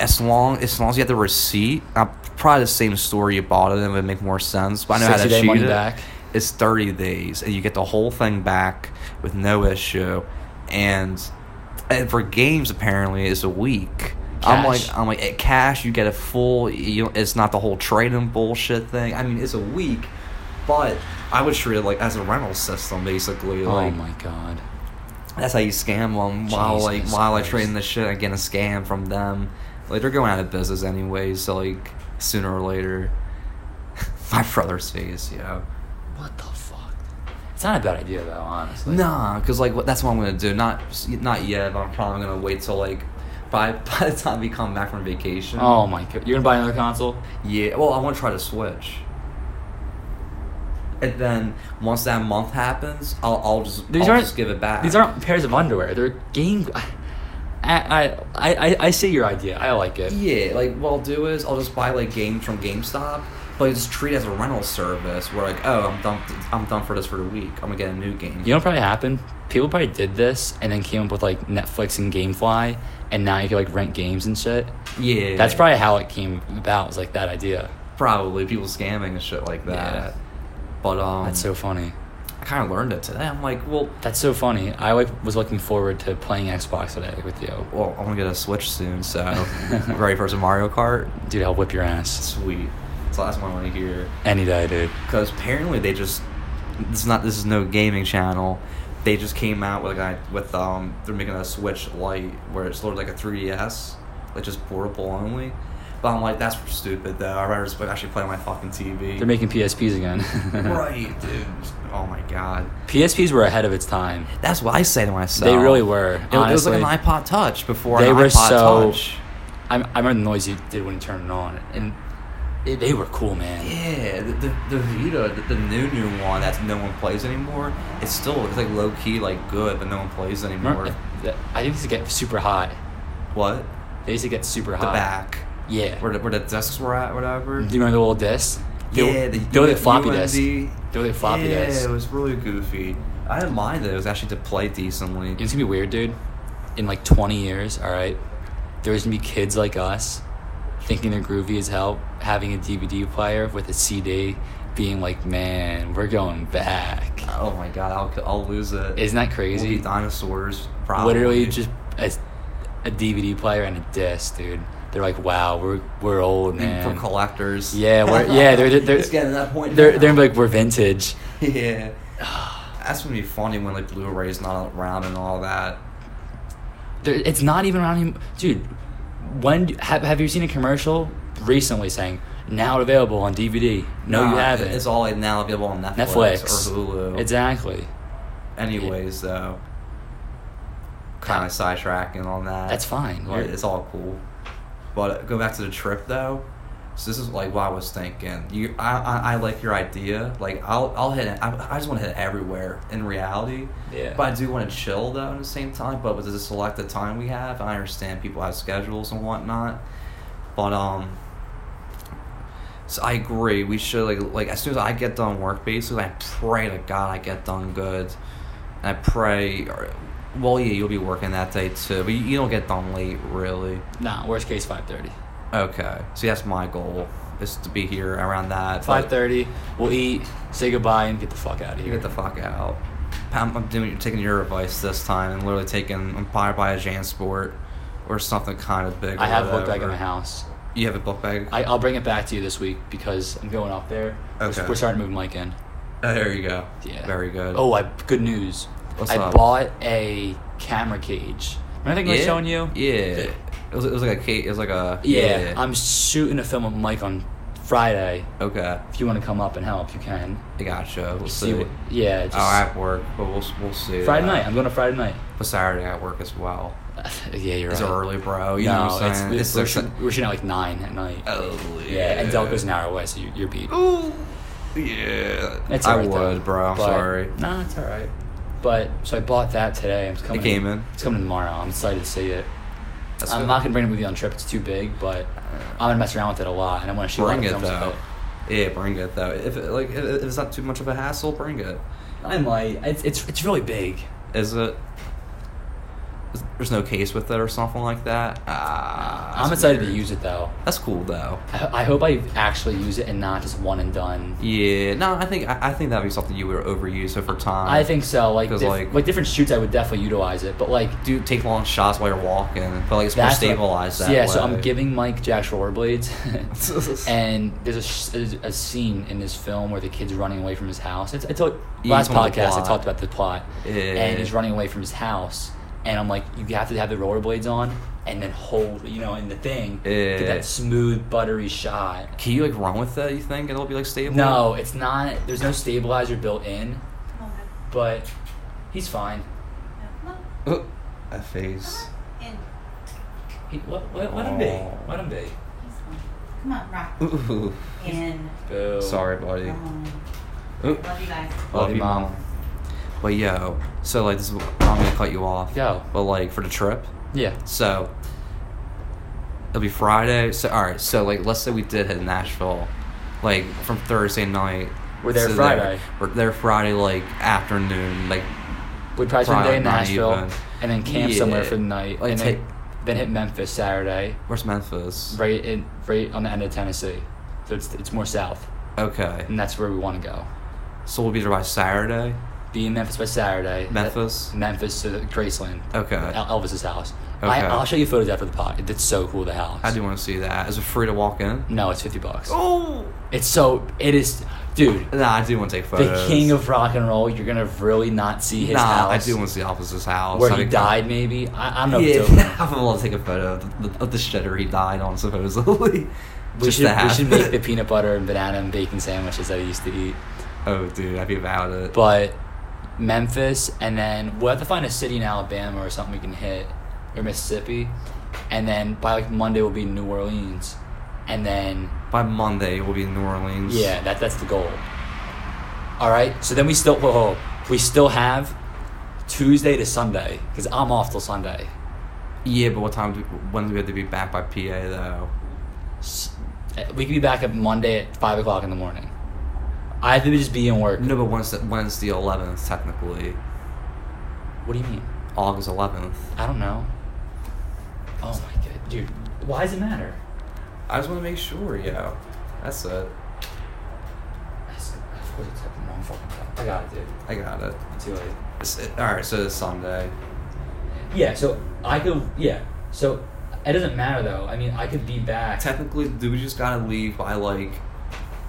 as long as long as you have the receipt, uh, probably the same store you bought it in would make more sense. But I know how to
60-day
shoot
money
it.
back.
It's thirty days, and you get the whole thing back with no issue. And, and for games, apparently, it's a week. I'm
Cash.
like, I'm like, at cash, you get a full. You know, it's not the whole trading bullshit thing. I mean, it's a week, but I would treat it like as a rental system, basically.
Oh
like,
my god.
that's how you scam them while like
Jesus
while I
Christ.
trading this shit. I get a scam from them. Like they're going out of business anyway, so like sooner or later, *laughs* my brother's face, you know.
What the fuck? It's not a bad idea though, honestly.
Nah, cause like what, that's what I'm gonna do. Not not yet. But I'm probably gonna wait till like by *laughs* by the time we come back from vacation.
Oh my god. You're gonna buy another console?
Yeah. Well, I want to try to switch. And then once that month happens, I'll I'll just
These
I'll
aren't-
just give it back.
These aren't pairs of underwear. They're game. I, I, I, I, I see your idea. I like it.
Yeah, like what I'll do is I'll just buy like games from GameStop, but I just treat it as a rental service. Where like, oh, I'm done. I'm done for this for the week. I'm gonna get a new game.
You know what probably happened? People probably did this and then came up with like Netflix and GameFly, and now you can like rent games and shit.
Yeah,
That's probably how it came about. Was like that idea.
probably people scamming and shit like that.
Yeah.
But um,
That's so funny.
I kind of learned it today. I'm like, well,
That's so funny. I like was looking forward to playing Xbox today with you,
well, I'm gonna get a Switch soon, so
*laughs*
ready for some Mario Kart.
dude. I'll whip your ass
Sweet. So that's what I want to hear.
any day, dude.
because apparently they just this is not this is no gaming channel. They just came out with a guy with um they're making a Switch Lite where it's sort of like a 3DS, like just portable only. But I'm like that's stupid though. I'd rather just actually play on my fucking TV.
They're making *laughs* PSPs again.
right, dude. Oh my god,
PSPs were ahead of its time.
that's what I say to myself.
They really were.
It, it was like an
honestly.
iPod Touch before
They
an
were
iPod
so-
Touch.
I, I remember the noise you did when you turned it on, and it, they were cool, man.
Yeah, the, the, the Vita, the, the new new one that no one plays anymore. It's still it's like low key like good, but no one plays anymore.
Remember, the- I used to get super hot.
What?
They used to get super
the
hot.
back
Yeah.
where the, where the discs were at, whatever.
Do you remember the little disc? They
yeah,
were-
the,
they were like floppy
UMD.
discs. They were like floppy
yeah,
discs.
it was really goofy. I didn't mind that it was actually to play decently.
It's gonna be weird, dude. In like 20 years, all right, there's gonna be kids like us thinking they're groovy as hell, having a DVD player with a CD, being like, man, we're going back.
oh my god, I'll, I'll lose it.
Isn't that
We'll
crazy?
be dinosaurs? Probably.
Literally just a, a DVD player and a disc, dude. They're like, wow, we're we're old,
for
man.
collectors.
Yeah, we're- yeah, they're- they're-
*laughs* it's getting to that point.
They're
now.
they're like, we're vintage.
*laughs* yeah. That's gonna be funny when like Blu-ray's not around and all that.
There, it's not even around him, dude. When do- have have you seen a commercial recently saying now available on DVD? No, you
Nah,
haven't.
It's all like now available on Netflix,
Netflix
or Hulu.
Exactly.
Anyways, though, kind of sidetracking on that.
That's fine.
Like, it's all cool. But go back to the trip though. So this is like what I was thinking. You, I, I, I like your idea. Like I'll, I'll hit. it. I, I just want to hit everywhere in reality.
Yeah.
But I do want to chill though at the same time. But with the selected time we have, I understand people have schedules and whatnot. But um. So I agree. We should like like as soon as I get done work, basically, I pray to God I get done good. And I pray. or- Well, yeah, you'll be working that day too, but you, you don't get done late, really.
Nah, worst case five thirty.
Okay, so that's my goal is to be here around that.
Five
but
thirty. We'll eat, say goodbye, and get the fuck out of
You
here.
get the fuck out. I'm, I'm doing taking your advice this time and literally taking I'm probably buy a Jansport or something kind of big.
I
or
have a book bag in
whatever.
my house.
You have a book bag.
I, I'll bring it back to you this week because I'm going up there. We're-
Okay.
We're starting to move Mike in.
Oh, there you go.
Yeah.
Very good.
Oh, I good news.
What's
I
up?
bought a camera cage. Remember I think I was showing you?
Yeah. It was, it was like a cake. It was like a.
Yeah. I'm shooting a film with Mike on Friday.
okay.
If you want to come up and help, you can.
I gotcha. We'll see.
See what, yeah. Just
Oh, I have work, but we'll we'll see. Uh,
Friday night. I'm going to Friday night. *laughs*
But Saturday at work as well.
yeah, you're
It's
right.
early, bro. You know
no,
what I'm
it's,
saying?
it's, we're,
like-
shooting, we're shooting at like nine at night.
Oh
yeah. and Delco's an hour away, so you, you're beat.
Ooh. Yeah.
It's
I
alright, though.
would, bro. I'm
But-
sorry.
Nah, it's all right. But so I bought that today. It's coming.
came in.
It's coming tomorrow. I'm excited to see it.
That's
I'm
good.
not gonna bring it with you on trip. It's too big, but I'm gonna mess around with it a lot, and I want to shoot a lot
bring
of
it
films with
though.
it.
Yeah, bring it though. If it, like if if it's not too much of a hassle, bring it.
I might. It's it's, it's really big.
is it? is- There's no case with it or something like that. Ah,
I'm
that's
excited to
weird.
use it though.
That's cool though.
I, I hope I actually use it and not just one and done.
Yeah, no, I think I, I think that'd be something you would overuse over time.
I think so. Like,
'Cause,
diff-
like-
like, different shoots, I would definitely utilize it. But like,
do take long shots while you're walking, but like it's more
that's what-
stabilized that
yeah. So
way.
I'm giving Mike Jack's
*laughs*
rollerblades, and there's a, sh- there's a scene in this film where the kid's running away from his house. It's, I told
He's
last
on the
podcast I
plot.
talked about the plot,
Yeah.
and he's running away from his house, and I'm like, you have to have the rollerblades on, and then hold, you know, in the thing, get
Yeah.
that smooth buttery shot.
Can you like run with that? You think it'll be like stable?
No, it's not. There's no stabilizer built in, but he's fine.
A face.
He, let, let, let him be. Let him be.
Come on, rock.
Ooh.
In.
Boo.
Sorry, buddy.
Come on.
Oh.
Ooh.
Love you guys.
Love you, Mom.
But yo, so like this is, I'm gonna cut you off.
Yo.
But like for the trip,
Yeah.
so it'll be Friday. So all right, so like let's say we did hit Nashville, like from Thursday night.
We're there
to
Friday.
we're there Friday like afternoon, like
We'd probably spend a day in
Probably not
Nashville
even.
and then camp
Yeah.
somewhere for the night,
Like,
and
take-
then, then hit Memphis Saturday,
where's Memphis?
right in right on the end of Tennessee. So it's it's more south,
Okay,
and that's where we want to go.
so we'll be there by Saturday.
Be in Memphis by Saturday.
Memphis?
Memphis to Graceland.
Okay.
El- Elvis's house.
Okay.
I, I'll show you photos after the pod. It's so cool. The house.
I do want to see that. Is it free to walk in?
No, it's fifty bucks.
Oh.
It's so it is, dude.
Nah, I do want to take photos.
The king of rock and roll. You're gonna really not see his
nah,
house.
I do want to see Elvis's house.
where
I
he
think-
died, maybe. I, I don't know.
yeah, *laughs*
If it's open.
I want to take a photo of the, of the shitter he died on, supposedly. *laughs*
We
Just
should,
to
we
have
should make
*laughs* it.
the peanut butter and banana and bacon sandwiches that I used to eat.
Oh, dude, I'd be about it.
But Memphis, and then we'll have to find a city in Alabama or something we can hit, or Mississippi. And then by like Monday, we'll be in New Orleans. And then,
By Monday, we'll be in New Orleans.
yeah, that, that's the goal. All right, so then we still, whoa, whoa, we still have Tuesday to Sunday, because I'm off till Sunday.
Yeah, but what time? Do, when do we have to be back by PA though?
S- eh, We could be back at Monday at 5 o'clock in the morning. I have to just be in work.
No, but when's the, when's the eleventh technically?
What do you mean?
August eleventh.
I don't know. Oh my god, dude. Why does it matter?
I just want to make sure, yo. That's it.
That's- Of course it's at the wrong fucking time. I got it, dude.
I got it.
It's too late.
It's, it all right, so it's Sunday.
Yeah, so I could. Yeah, so it doesn't matter though. I mean, I could be back.
Technically, do we just gotta leave by like?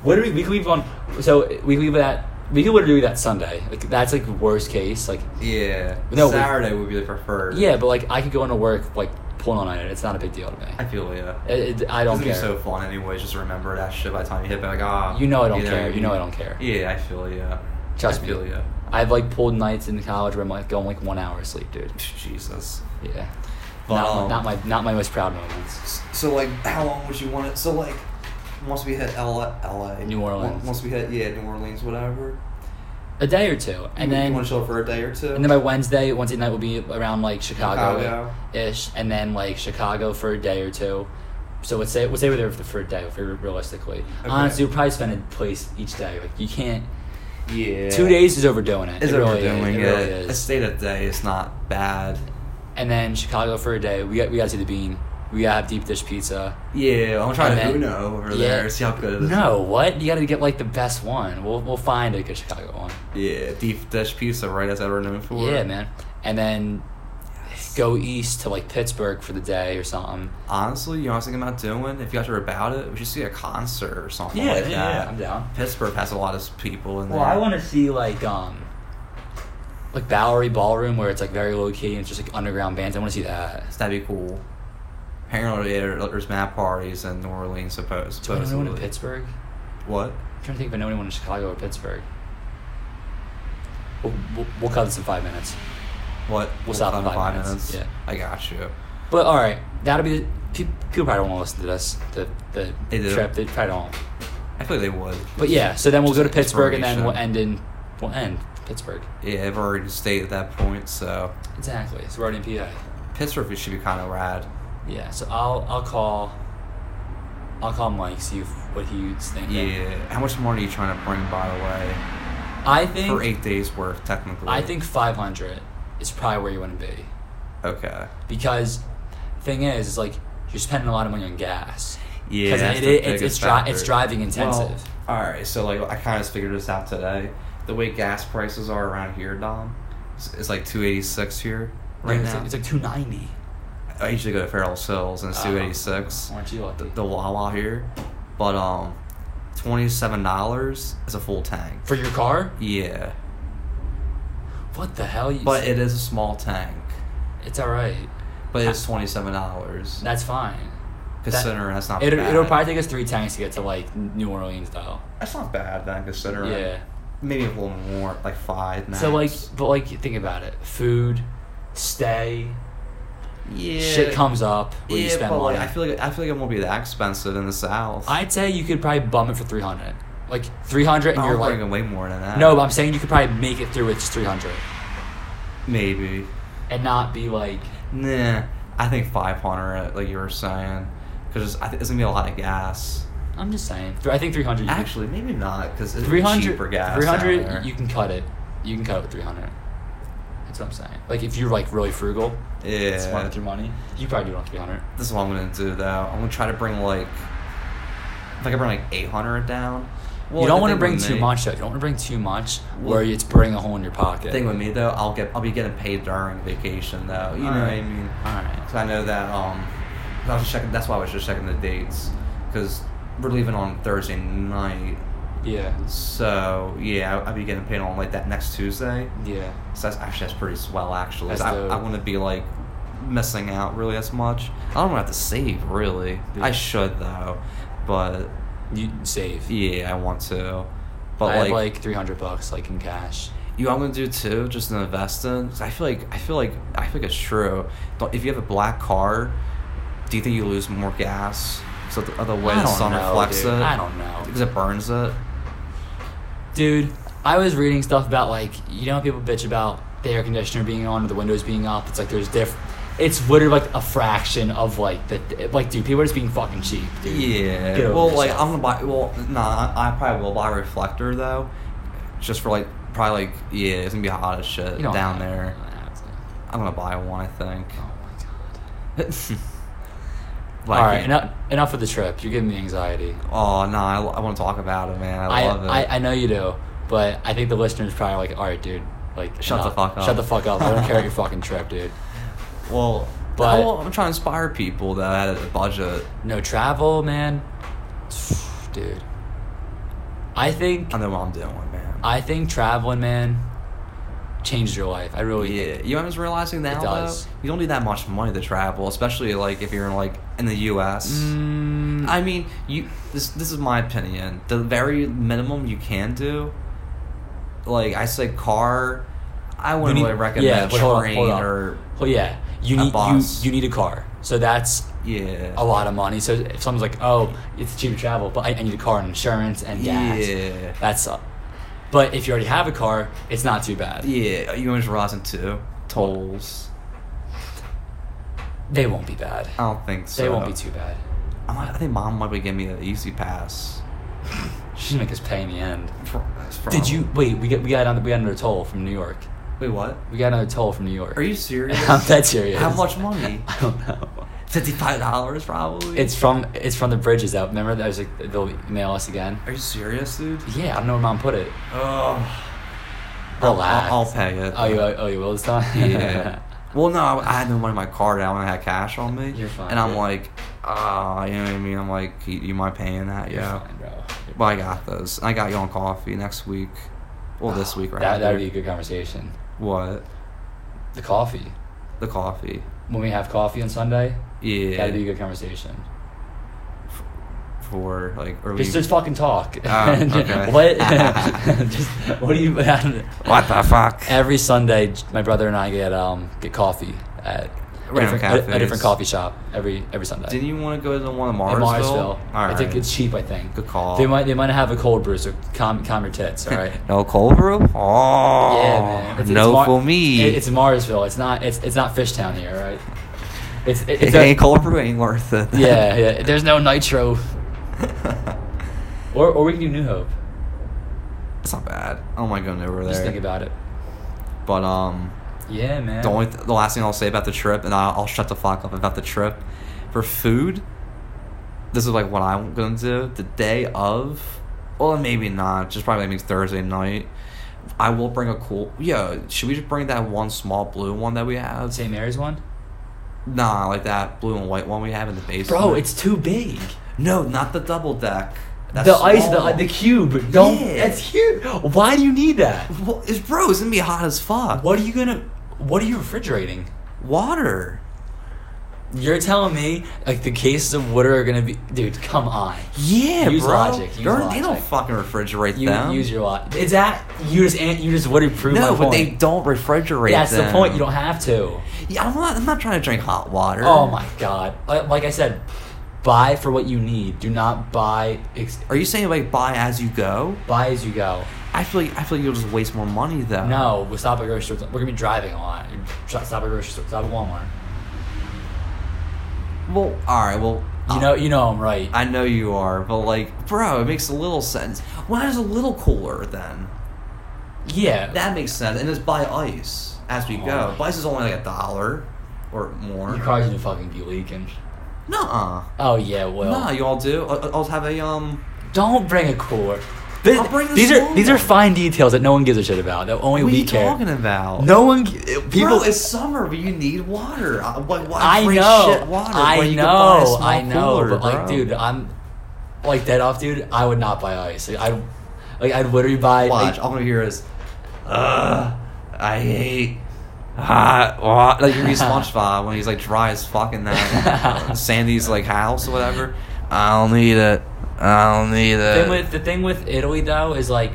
What do we? We could leave on. So we could leave that. We could literally do that Sunday. Like that's like worst case. Like
Yeah.
No, we-
Saturday would be the preferred.
yeah, but like I could go into work like pulling on it. It's not a big deal to me.
I feel yeah.
It, it- I don't
it's
care.
gonna be so fun anyway. Just to remember that shit by the time you hit back. Ah,
You know I don't care. You know I don't care.
Yeah, I feel yeah.
Trust
I
me.
feel yeah.
I've like pulled nights in college where I'm like going like one hour of sleep, dude.
Jesus.
Yeah.
But,
not,
um,
not my not my most proud moments.
So like, how long would you want it? So like, once we hit L LA,
New Orleans.
Once we hit yeah, New Orleans, whatever.
A day or two, and
you,
then
want to chill for a day or two.
and then by Wednesday, Wednesday night will be around like Chicago
Chicago.
ish, and then like Chicago for a day or two. So let's say let's say we're there for, for a day, if we're realistically. Honestly, we'll probably spend a place each day. Like you can't.
yeah,
Two days is overdoing it.
Is
it really is.
overdoing
It
it.
really
A
is.
state of day is not bad.
And then Chicago for a day. We got we got to see the bean. We got to have deep dish pizza.
Yeah, I'm trying
And
to
then-
Uno over
yeah.
there. See how good it is.
No, what you got to get like the best one. We'll we'll find a good Chicago one.
Yeah, deep dish pizza, right? As ever known for.
Yeah, man. And then go east to like Pittsburgh for the day or something.
Honestly, you know what I was thinking about doing? If you guys are about it, we should see a concert or something
Yeah,
like
yeah,
that.
yeah, I'm down.
Pittsburgh has a lot of people in
Well,
there.
I want to see like um, like Bowery Ballroom where it's like very low key and it's just like underground bands. I want to see that.
That'd be cool. Apparently, there- there's mad parties in New Orleans, suppose.
Do I know anyone in
supposedly.
Pittsburgh?
What?
I'm trying to think if I know anyone in Chicago or Pittsburgh. We'll, we'll, we'll cut this in five minutes.
What?
stop
come
in five minutes. Yeah.
I got you.
But all right, that'll be. The, pe- people probably don't want to listen to this. The the
They do.
trip they probably don't.
I feel they would.
But yeah, so then we'll
Just
go to
like
Pittsburgh and then we'll end
inspiration.
in we'll end Pittsburgh.
Yeah, I've already stayed at that point, so
Exactly. So we're already in PA.
Pittsburgh should be kind of rad.
Yeah, so I'll I'll call I'll call Mike see if, what he's thinking.
Yeah. How much more are you trying to bring, by the way?
I think
For eight days worth, technically.
I think five hundred. is probably where you want to be.
Okay.
Because thing is, is like you're spending a lot of money on gas.
Yeah,
Because
that's
it,
the
it, it's,
biggest
it's, dri- it's
factor.
driving intensive.
Well, all right, so like I kind of figured this out today. The way gas prices are around here, Dom, it's, it's like two eighty six here right
Yeah, it's
now.
Like, it's like 290.
I usually go to Farrell's Hills and it's
Uh-huh.
two eighty six.
Aren't you lucky?
The, the Wawa here, but um, twenty seven dollars is a full tank.
For your car?
Yeah,
What the hell? You
but it is a small tank.
It's all right.
But it's twenty seven dollars.
Ah. That's fine.
Considering that's not
It,
bad.
it'll probably take us three tanks to get to like New Orleans style.
that's not bad then. Considering
Yeah.
maybe a little more, like five. Max.
So like, but like, think about it. Food, stay,
yeah,
shit comes up. Where you
yeah,
spend
but
money.
like I feel like I feel like it won't be that expensive in the South.
I'd say you could probably bum it for three hundred. Like three hundred, and
I'm
you're like,
thinking way more than that.
no, but I'm saying you could probably make it through with just three hundred,
maybe.
and not be like,
Nah, I think five hundred, like you were saying, because I think it's gonna be a lot of gas.
I'm just saying. Th- I think three hundred.
Actually, maybe not, because it's
three hundred.
cheaper gas.
Three
down there.
hundred, you can cut it. You can cut it with three hundred. That's what I'm saying. Like if you're like really frugal,
yeah.
smart with your money, you probably do it on three hundred.
This is what I'm gonna do though. I'm gonna try to bring like, if I can bring like eight hundred down. Well,
you
the
don't want to
thing
bring
with
too
me-
much. Though. You don't want to bring too much
Well-
where it's burning a hole in your pocket.
The thing with me though, I'll get I'll be getting paid during vacation though. You know what I
Alright.
mean?
Alright.
Because I know that um, 'cause I was just checking. That's why I was just checking the dates because we're leaving on Thursday night.
Yeah.
So yeah, I- I'll be getting paid on like that next Tuesday.
Yeah.
So that's actually that's pretty swell actually. 'cause
That's
I,
dope.
I wouldn't be like missing out really as much. I don't wanna have to save really.
Yeah.
I should though, but
You save.
yeah, I want to. But
I
like,
have like three hundred bucks, like in cash.
you, know what I'm gonna do too. Just an investing. 'Cause I feel like I feel like I feel like it's true. Don't, if you have a black car, do you think you lose more gas? So the other way
I
the
don't
sun
know,
reflects
dude.
it.
I don't know.
because it burns it.
Dude, I was reading stuff about like you know how people bitch about the air conditioner being on or the windows being up. It's like there's diff. It's literally like a fraction of like the like dude. People are just being fucking cheap, dude.
Yeah.
Get over
well, like
yourself.
I'm gonna buy. Well, nah, I, I probably will buy a reflector though, just for like probably like yeah, it's gonna be hot as shit
You don't
down
have-
there.
you don't have to.
I'm gonna buy one, I think.
Oh my god.
*laughs* Like,
Oh. All right, enough, enough of the trip. You're giving me anxiety.
Oh no, I, want to talk about it, man. I,
I,
love it.
I, I know you do, but I think the listeners probably like, all right, dude, like
Shut the
enough.
fuck up."
Shut the fuck up. I don't
*laughs*
care about your fucking trip, dude.
well,
but-
but I'm trying to inspire people that had a budget.
No travel, man. *sighs* Dude, I think
I know what I'm doing, man.
I think traveling, man, changed your life. I really
Oh, yeah, you know what I was realizing now
does.
though, you don't need that much money to travel, especially like if you're like in the U.S.
Mm,
I mean, you. This this is my opinion. The very minimum you can do, like I said, car. I wouldn't
you need-
really recommend
yeah, but hold on,
train
hold on.
or
Well, yeah, you
a
need you,
bus.
you need a car, so that's
yeah.
a lot of money. So if someone's like, "Oh, it's cheap to travel, but I, I need a car and insurance and gas,"
Yeah.
that's. Uh, but if you already have a car, it's not too bad.
Yeah, you know what's rising too? Tolls.
They won't be bad.
I don't think Oh, so.
they won't be too bad.
I, might, I think mom might be giving me an easy pass.
She's gonna make us pay in the end.
Pro- that's
Did you
probably-
wait? We got we got another, we got another toll from New York.
Wait, what?
We got another toll from New York. *laughs*
Are you serious?
I'm dead serious.
How much money?
*laughs* I don't know.
Fifty-five dollars, probably.
It's from it's from the bridges out. Remember that was like they'll mail us again.
Are you serious, dude?
Yeah, I don't know where mom put it. *laughs*
Oh. I'll,
Relax.
I'll pay it.
Oh, you oh you will this time. *laughs*
Yeah. well, no, I, I had no money in my car. I only had cash on me.
You're fine,
And I'm
dude.
like, ah, you know what I mean? I'm like, you, you mind paying that?
You're
Yeah.
fine, bro. You're-
But I got those. I got you on coffee next week. Well, this week, right?
That that would be a good conversation.
What?
The coffee
The coffee.
when we have coffee on Sunday.
Yeah.
That'd be a good conversation.
for like early.
Just, just fucking talk.
Oh,
*laughs*
okay.
what? just, what do you? *laughs*
what the fuck?
Every Sunday, my brother and I get um get coffee at a
Random
different, a- a,
cafes.
different coffee shop every every Sunday.
Didn't you want to go to the one in
in
Marsville?
Marsville.
All
I think
right.
it's cheap. I think
Good call.
They might they might have a cold brew, so calm calm your tits. All right.
*laughs* No cold brew. Oh.
yeah, man. It's- it's
no
Mar-
for me.
it- it's Marsville. It's not it's it's not Fishtown here, all right? It's it-
If
it's
it
a-
ain't cold brew. Ain't worth it.
*laughs* Yeah,
*laughs*
yeah. There's no nitro, or or we can do New Hope.
Oh it's not bad. I don't mind going over there.
Just think about it.
But um,
Yeah, man.
The only th- the last thing I'll say about the trip, and I'll, I'll shut the fuck up about the trip. For food, this is like what I'm gonna do the day of. Well, maybe not. Just probably maybe Thursday night. I will bring a cool. Yeah, should we just bring that one small blue one that we have?
St. Mary's one?
Nah, like that blue and white one we have in the basement.
Bro, it's too big.
no, not the double deck. That
the ice,
small
the,
one.
the cube. Don't.
Yeah.
That's huge. Why do you need that?
Well, it's bro, it's gonna be hot as fuck.
What are you gonna? What are you refrigerating?
Water.
You're telling me like the cases of water are gonna be, dude? Come on.
Yeah,
Use
bro.
logic, use
They're- They don't
logic.
fucking refrigerate
You
them.
use your lot. It's that you just an- you just would prove
no,
my
but
point.
they don't refrigerate.
That's the
them.
point. You don't have to.
Yeah, I'm not. I'm not trying to drink hot water.
Oh my god. Like like I said, buy for what you need. Do not buy ex-
Are you saying like buy as you go?
buy as you go.
I feel like I feel like you'll just waste more money though.
No, we'll stop at grocery store. We're gonna be driving a lot. Stop at grocery store. Stop at Walmart.
Well, all right. Well,
You know, you know I'm right.
Oh. I know you are, but like, bro, it makes a little sense. Why is a little cooler then?
yeah.
That makes sense. And just buy ice as we
Oh
go.
my-
But ice is only like a dollar or more.
Your car's gonna fucking be leaking.
Nuh-uh.
Oh yeah, well.
Nah, you all do. Uh, I'll, I'll have a um.
Don't bring a cooler. This-
I'll bring the
these are
small
these are
one.
fine details that no one gives a shit about. That only
what are
we
you
care.
talking about?
No one. g-
People,
People.
it's summer, but you need water. Uh, Why, why
I
drink
know.
Shit water
I
when you can buy a
know.
small
I know.
cooler,
but like,
bro?
dude, I'm like dead off, dude. I would not buy ice. Like, I, like, I'd literally buy.
watch.
like,
All I'm gonna hear is, "Ugh, I hate hot water." Like
*laughs*
you read SpongeBob when he's like dry as fuck in that uh, Sandy's like house or whatever. I don't need it. I don't need
the thing
it.
with the thing with Italy though is like,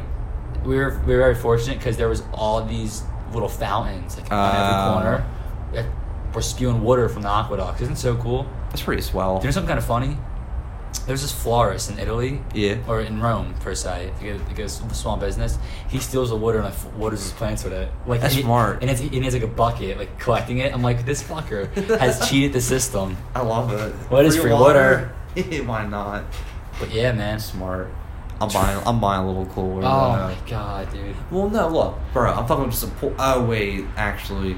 we were we were very fortunate because there was all these little fountains like on
Ah.
every corner that were spewing water from the aqueducts. Isn't it so cool?
That's pretty swell.
Do you know something kind of funny? There's this florist in Italy,
Yeah.
or in Rome per se. Like a, like a s- small business, he steals the water and like, f- waters his plants with it. Like
That's
and he-
smart.
And it's, and he has like a bucket, like collecting it. I'm like, this fucker
*laughs*
has cheated the system.
I love it.
What is free water?
*laughs* Why not?
But yeah, man.
Smart. uh, I'm buying. I'm buying a little
Oh
cooler. why not?
my god, dude.
Well, no, look, bro. I'm talking about just a pool. Oh wait, actually,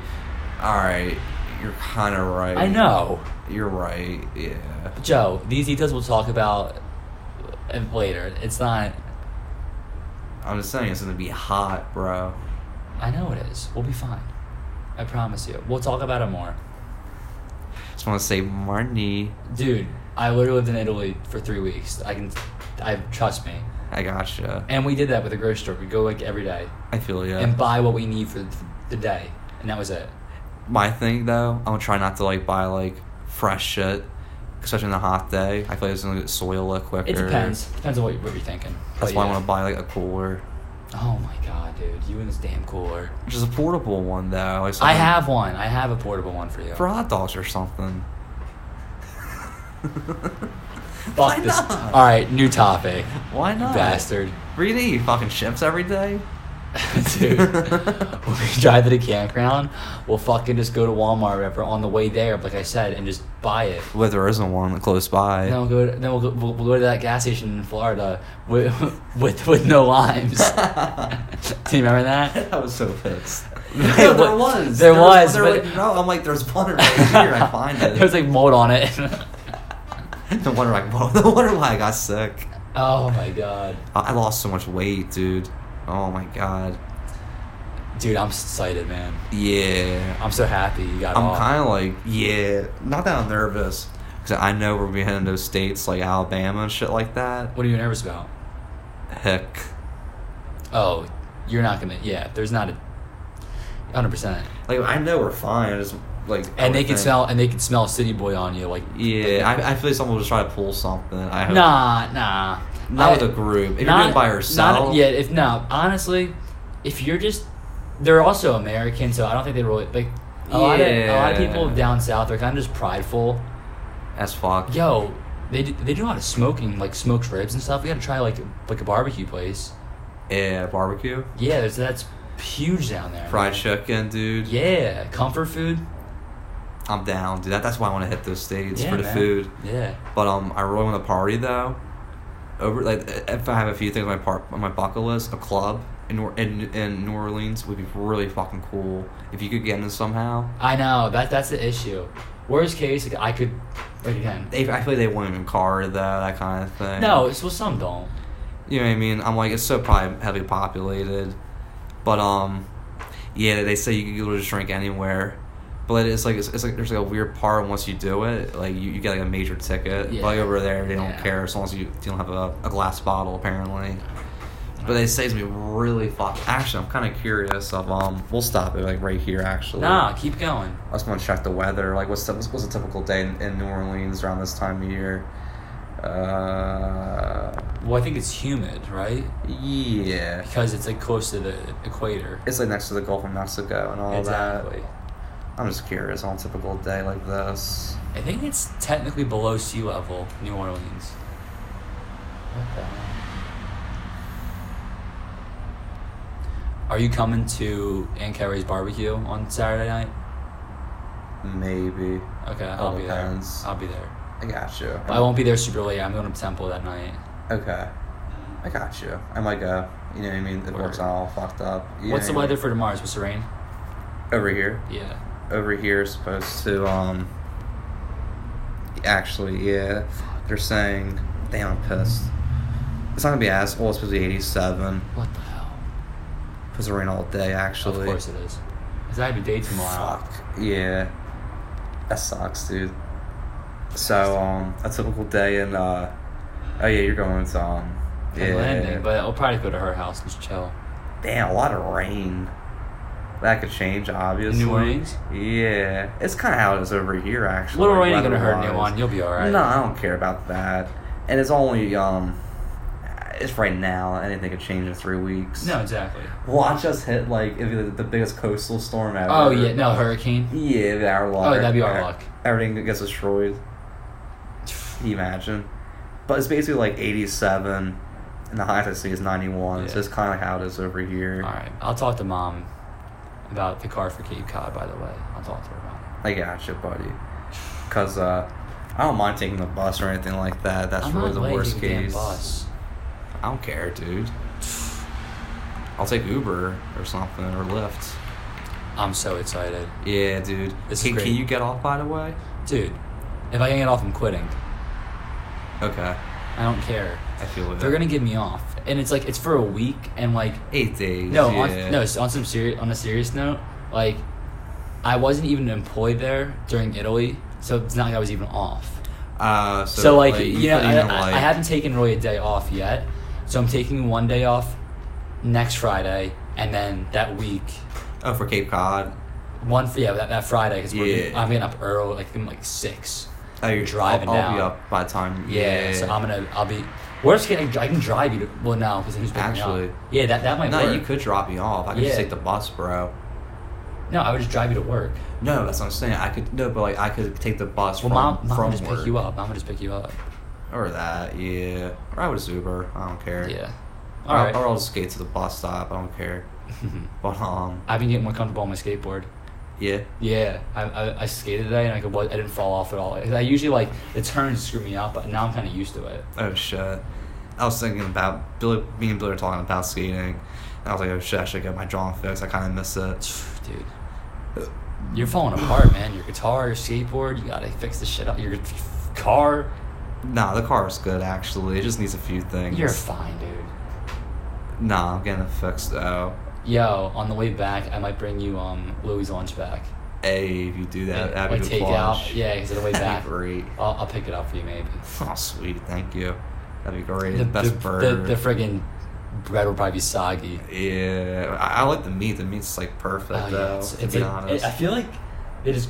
all right. You're kind of right.
I know,
You're right. Yeah.
Joe. These details we'll talk about uh, later. It's not.
I'm just saying it's gonna be hot, bro.
I know it is. We'll be fine. I promise you. We'll talk about it more,
Just want to say money.
dude. I literally lived in Italy for three weeks. I can, I trust me.
I gotcha.
And we did that with the grocery store. We go like every day
I feel you.
and buy what we need for th- the day, and that was it.
My thing though, I'm gonna try not to like buy like fresh shit, especially on a hot day. I feel like it's gonna get soil up quicker.
It depends. Depends on what, you- what you're thinking.
That's
But
why I
yeah.
want to buy like a cooler,
Oh my god, dude! You and this damn cooler.
which is a portable one though. Like
I
something
have one. I have a portable one for you.
for hot dogs
*laughs*
or something. Why
Fuck this.
not?
All right, new topic.
Why not?
You bastard, *laughs*
Were you gonna eat fucking chips every day? *laughs*
dude. when we drive to the campground, we'll fucking just go to Walmart or whatever on the way there, like I said, and just buy it.
Well, there isn't one close by.
Then we'll go. *laughs* To, then we'll go, we'll, we'll go to that gas station in Florida with *laughs* with, with no
*laughs*
limes. Do you remember that?
I was so
*laughs*
pissed.
Hey,
no, there
what-
was.
there was,
there
but-
was- no, I'm like, there's one right here. I
*laughs*
find it.
There's like mold on it. *laughs*
*laughs* no wonder I. Whoa, no wonder why I got sick.
oh my god,
I, I lost so much weight, dude. Oh my god.
dude, I'm excited, man.
Yeah.
I'm so happy you got
I'm
off.
kind of like, yeah. Not that I'm nervous, because I know we're being in those states like Alabama and shit like that.
what are you nervous about?
Heck.
Oh, you're not gonna. Yeah, there's not a. Hundred percent.
Like I know we're fine. I just like. I
And they can
would think-
smell. And they can smell City Boy on you. Like,
Yeah, I, I feel like someone will just try to pull something. I hope.
nah, nah.
Not
I-
with a group. If
not-
you're doing by
not-
yourself.
yeah. If no, honestly, if you're just, they're also American, so I don't think they really like. A lot of a lot of
Yeah.
people down south are kind of just prideful.
As fuck.
Yo, they do, they do a lot of smoking, like smoked ribs and stuff. We gotta try like like a barbecue place.
Yeah, barbecue.
Yeah, there's, that's huge down there.
Fried chicken, dude.
Yeah, comfort food.
I'm down, dude. That, that's why I want to hit those states
yeah,
for the
man.
food.
Yeah.
But um, I really want to party though. over like if I have a few things on my part on my bucket list, a club in Nor- in in New Orleans would be really fucking cool if you could get in somehow.
I know that that's the issue. Worst case, like, I could like again.
They, I feel like they won't even card though, that kind of thing.
No, it's well some don't.
you know what I mean. I'm like it's so probably heavily populated, but um, yeah, they say you can go to drink anywhere, but it's like it's, it's like there's like a weird part once you do it, like you, you get like a major ticket.
Yeah.
Like over there, they don't
Yeah.
care as long as you don't have a, a glass bottle apparently. But they say it's gonna be really fuck. Actually, I'm kind of curious of um. We'll stop it like right here. Actually,
Nah, keep going.
I just want to check the weather. Like, what's the, what's, what's a typical day in, in New Orleans around this time of year? Uh,
Well, I think it's humid, right?
yeah,
Because it's like close to the equator.
it's like next to the Gulf of Mexico and all
exactly.
that. I'm just curious on a typical day like this.
I think it's technically below sea level, New Orleans. What the hell? Are you coming to Aunt Carrie's barbecue on Saturday night?
Maybe.
Okay, I'll be there.
depends.
I'll be there.
I got you.
But I won't be there super late. I'm going to Temple that night.
Okay, I got you. I might go. You know what I mean? The
Word.
works all fucked up. You know
What's the
what I
weather
mean?
for tomorrow? Is it supposed to rain?
over here?
Yeah.
over here is supposed to um actually yeah they're saying damn I'm pissed it's not gonna be as well it's supposed to be 87
What the hell?
supposed to rain all day actually
Of course it is. Because I have a date tomorrow.
fuck yeah that sucks dude so um a typical day in uh oh yeah you're going to um yeah
I'm landing, but I'll probably go to her house and just chill.
damn a lot of rain that could change obviously
Orleans?
yeah it's kind of how it is over here actually
Little rain ain't gonna hurt
weather-wise.
anyone. You'll be alright.
No, I don't care about that. And it's only um, it's right now. Anything could change in three weeks.
No, exactly.
Watch us hit like if the, the biggest coastal storm ever.
Oh yeah, no hurricane.
Yeah, it'd be our luck.
Oh, that'd be our luck.
Everything gets destroyed. Can you imagine? But it's basically like eighty-seven, and the highest I see is ninety-one. So
Yeah.
it's kind of like how it is over here.
All right, I'll talk to mom about the car for Cape Cod. By the way, I'll talk to her about
I gotcha, buddy. Cause uh, I don't mind taking the bus or anything like that.
it.
That's
I'm
really
not
the
late
worst
to the damn
case.
Bus.
I don't
*sighs*
care, dude. I'll take Uber or something or Lyft.
I'm so excited,
Yeah, dude.
This is
can,
great.
can you get off by the way?
dude. If I can get off, I'm quitting.
Okay,
I don't care.
I feel it.
They're gonna give me off, and it's like it's for a week, and like
eight days.
no,
yeah.
on, no. s- On some serious, on a serious note, like I wasn't even employed there during Italy, so it's not like I was even off.
Uh, so,
So, like, you know,
couldn't
I,
even,
I-
like-
I haven't taken really a day off yet. So I'm taking one day off next Friday, and then that week,
Oh, for Cape Cod.
one for yeah that, that Friday because
Yeah.
I'm getting up early, like I'm like six.
Oh, you're
Driving
I'll, I'll
down.
be up by the time.
Yeah, so I'm gonna I'll be worst case I can- I can drive you. To, well, no, because who's picking me up?
Actually.
Yeah, that that might
No,
work.
you could drop me off. I could just
Yeah.
take the bus, bro.
No, I would just drive you to work.
No, that's what I'm saying. I could no, but like I could take the bus
Well,
from
mom, mom
from
would just
work
pick you up. Mom would just pick you up.
or that. Yeah, or I would just Uber. I don't care.
Yeah.
Or,
All right.
or I'll just skate to the bus stop. I don't care. But um,
*laughs* I've been getting more comfortable on my skateboard.
yeah.
Yeah, I, I, I skated today and I could I didn't fall off at all. 'Cause I usually like the turns screw me up, but now I'm kind of used to it. *sighs*
Oh shit. I was thinking about Billy. Me and Billy were talking about skating. And I was like, oh shit, I should get my drawing fixed. I kind of miss it.
Dude, you're falling apart, man. Your guitar, your skateboard, you gotta fix the shit up. Your car,
Nah, the car is good actually. It just needs a few things.
you're fine, dude.
Nah, I'm getting it fixed though.
Yo, on the way back, I might bring you um Louis lunch back.
Hey, if you do that,
Like-
that'd
like
be
take
good
out,
lunch.
yeah, because on the way
That'd
back,
be great.
I'll, I'll pick it up for you maybe.
Oh sweet, thank you. That'd be great.
the
Best
the,
burger.
The, the friggin' bread will probably be soggy.
yeah, I, I like the meat. The meat's like perfect
Oh, yeah,
though.
it's,
uh, to
it's
be
like, it-
honest.
I feel like it is.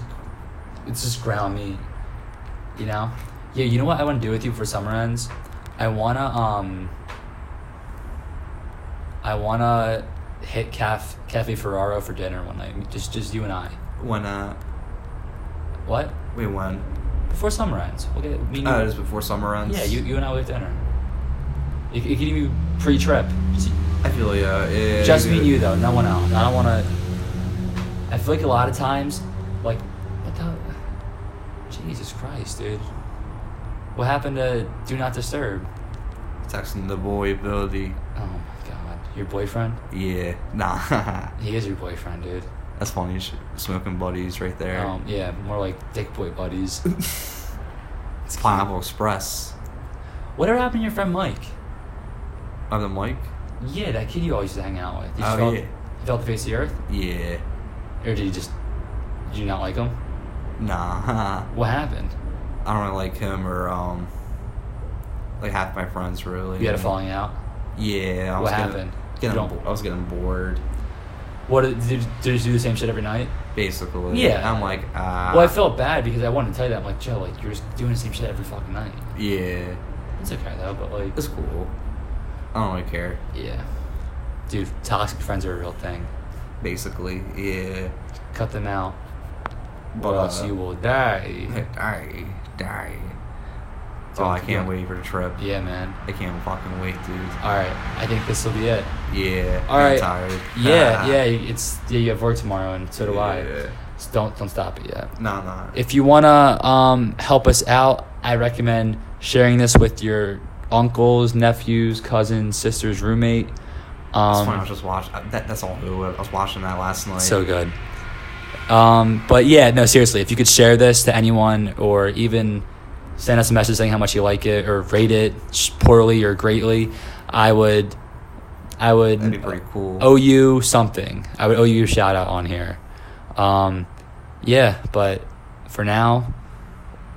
It's just ground meat, you know. Yeah, you know what I want to do with you for summer ends? I wanna um. I wanna hit Caf Cafe Ferraro for dinner one night. Just just you and I.
when uh,
What?
wait, when?
Before summer ends, we'll get me. and
Oh,
you-
it is before summer ends.
yeah, you you and I will get dinner. It, it could even be pre-trip. Just,
I feel yeah. yeah
Just me
do.
and you though, no one else. I don't want to. I feel like a lot of times, like, what the? Jesus Christ, dude! What happened to Do Not Disturb?
texting the boy ability.
Oh my god, your boyfriend?
Yeah, nah, *laughs*
He is your boyfriend, dude.
that's funny. sh- Smoking buddies right there.
Um, yeah, more like dick boy buddies.
it's Pineapple Express.
Whatever happened to your friend Mike?
Other than Mike.
Yeah, that kid you always used to hang out with. He just
Oh,
fell,
yeah.
he fell off the face of the earth,
Yeah,
or did you just did you not like him?
nah. *laughs*
What happened?
I don't really like him or um, like half my friends really.
You had a falling out.
Yeah. I was
What
getting-
happened?
Getting,
You don't-
bo- I was getting bored,
What did, did you do the same shit every night?
basically.
Yeah.
I'm like, ah.
well, I felt bad because I wanted to tell you that. I'm like, Joe, like you're just doing the same shit every fucking night.
Yeah,
It's okay though, but like,
it's cool. I don't really care.
yeah, dude, toxic friends are a real thing.
Basically, yeah.
Cut them out,
But,
or else
uh,
you will
*laughs*
die.
Die, die. Oh, I can't wait for the trip.
Yeah, man.
I can't fucking wait, dude.
All right, I think this will be it.
Yeah.
All
I'm
right.
tired. *laughs*
Yeah, yeah. It's yeah. You have work tomorrow, and so do
Yeah.
I. So don't don't stop it yet.
No, no.
If you wanna um, help us out, I recommend sharing this with your uncles, nephews, cousins, sisters, roommate.
that's funny. I
Um,
was just watching. That, that's all who I was watching that last night.
so good. Um, but yeah, no, seriously, if you could share this to anyone or even send us a message saying how much you like it or rate it sh- poorly or greatly, I would, I would
That'd be pretty cool.
owe you something. I would owe you a shout out on here. Um, yeah, but for now,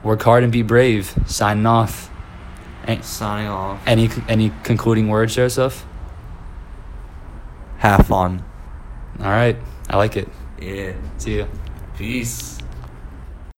work hard and be brave. Signing off. Any,
Signing off.
any any concluding words, Joseph?
Have fun.
All right, I like it.
Yeah.
See you.
Peace.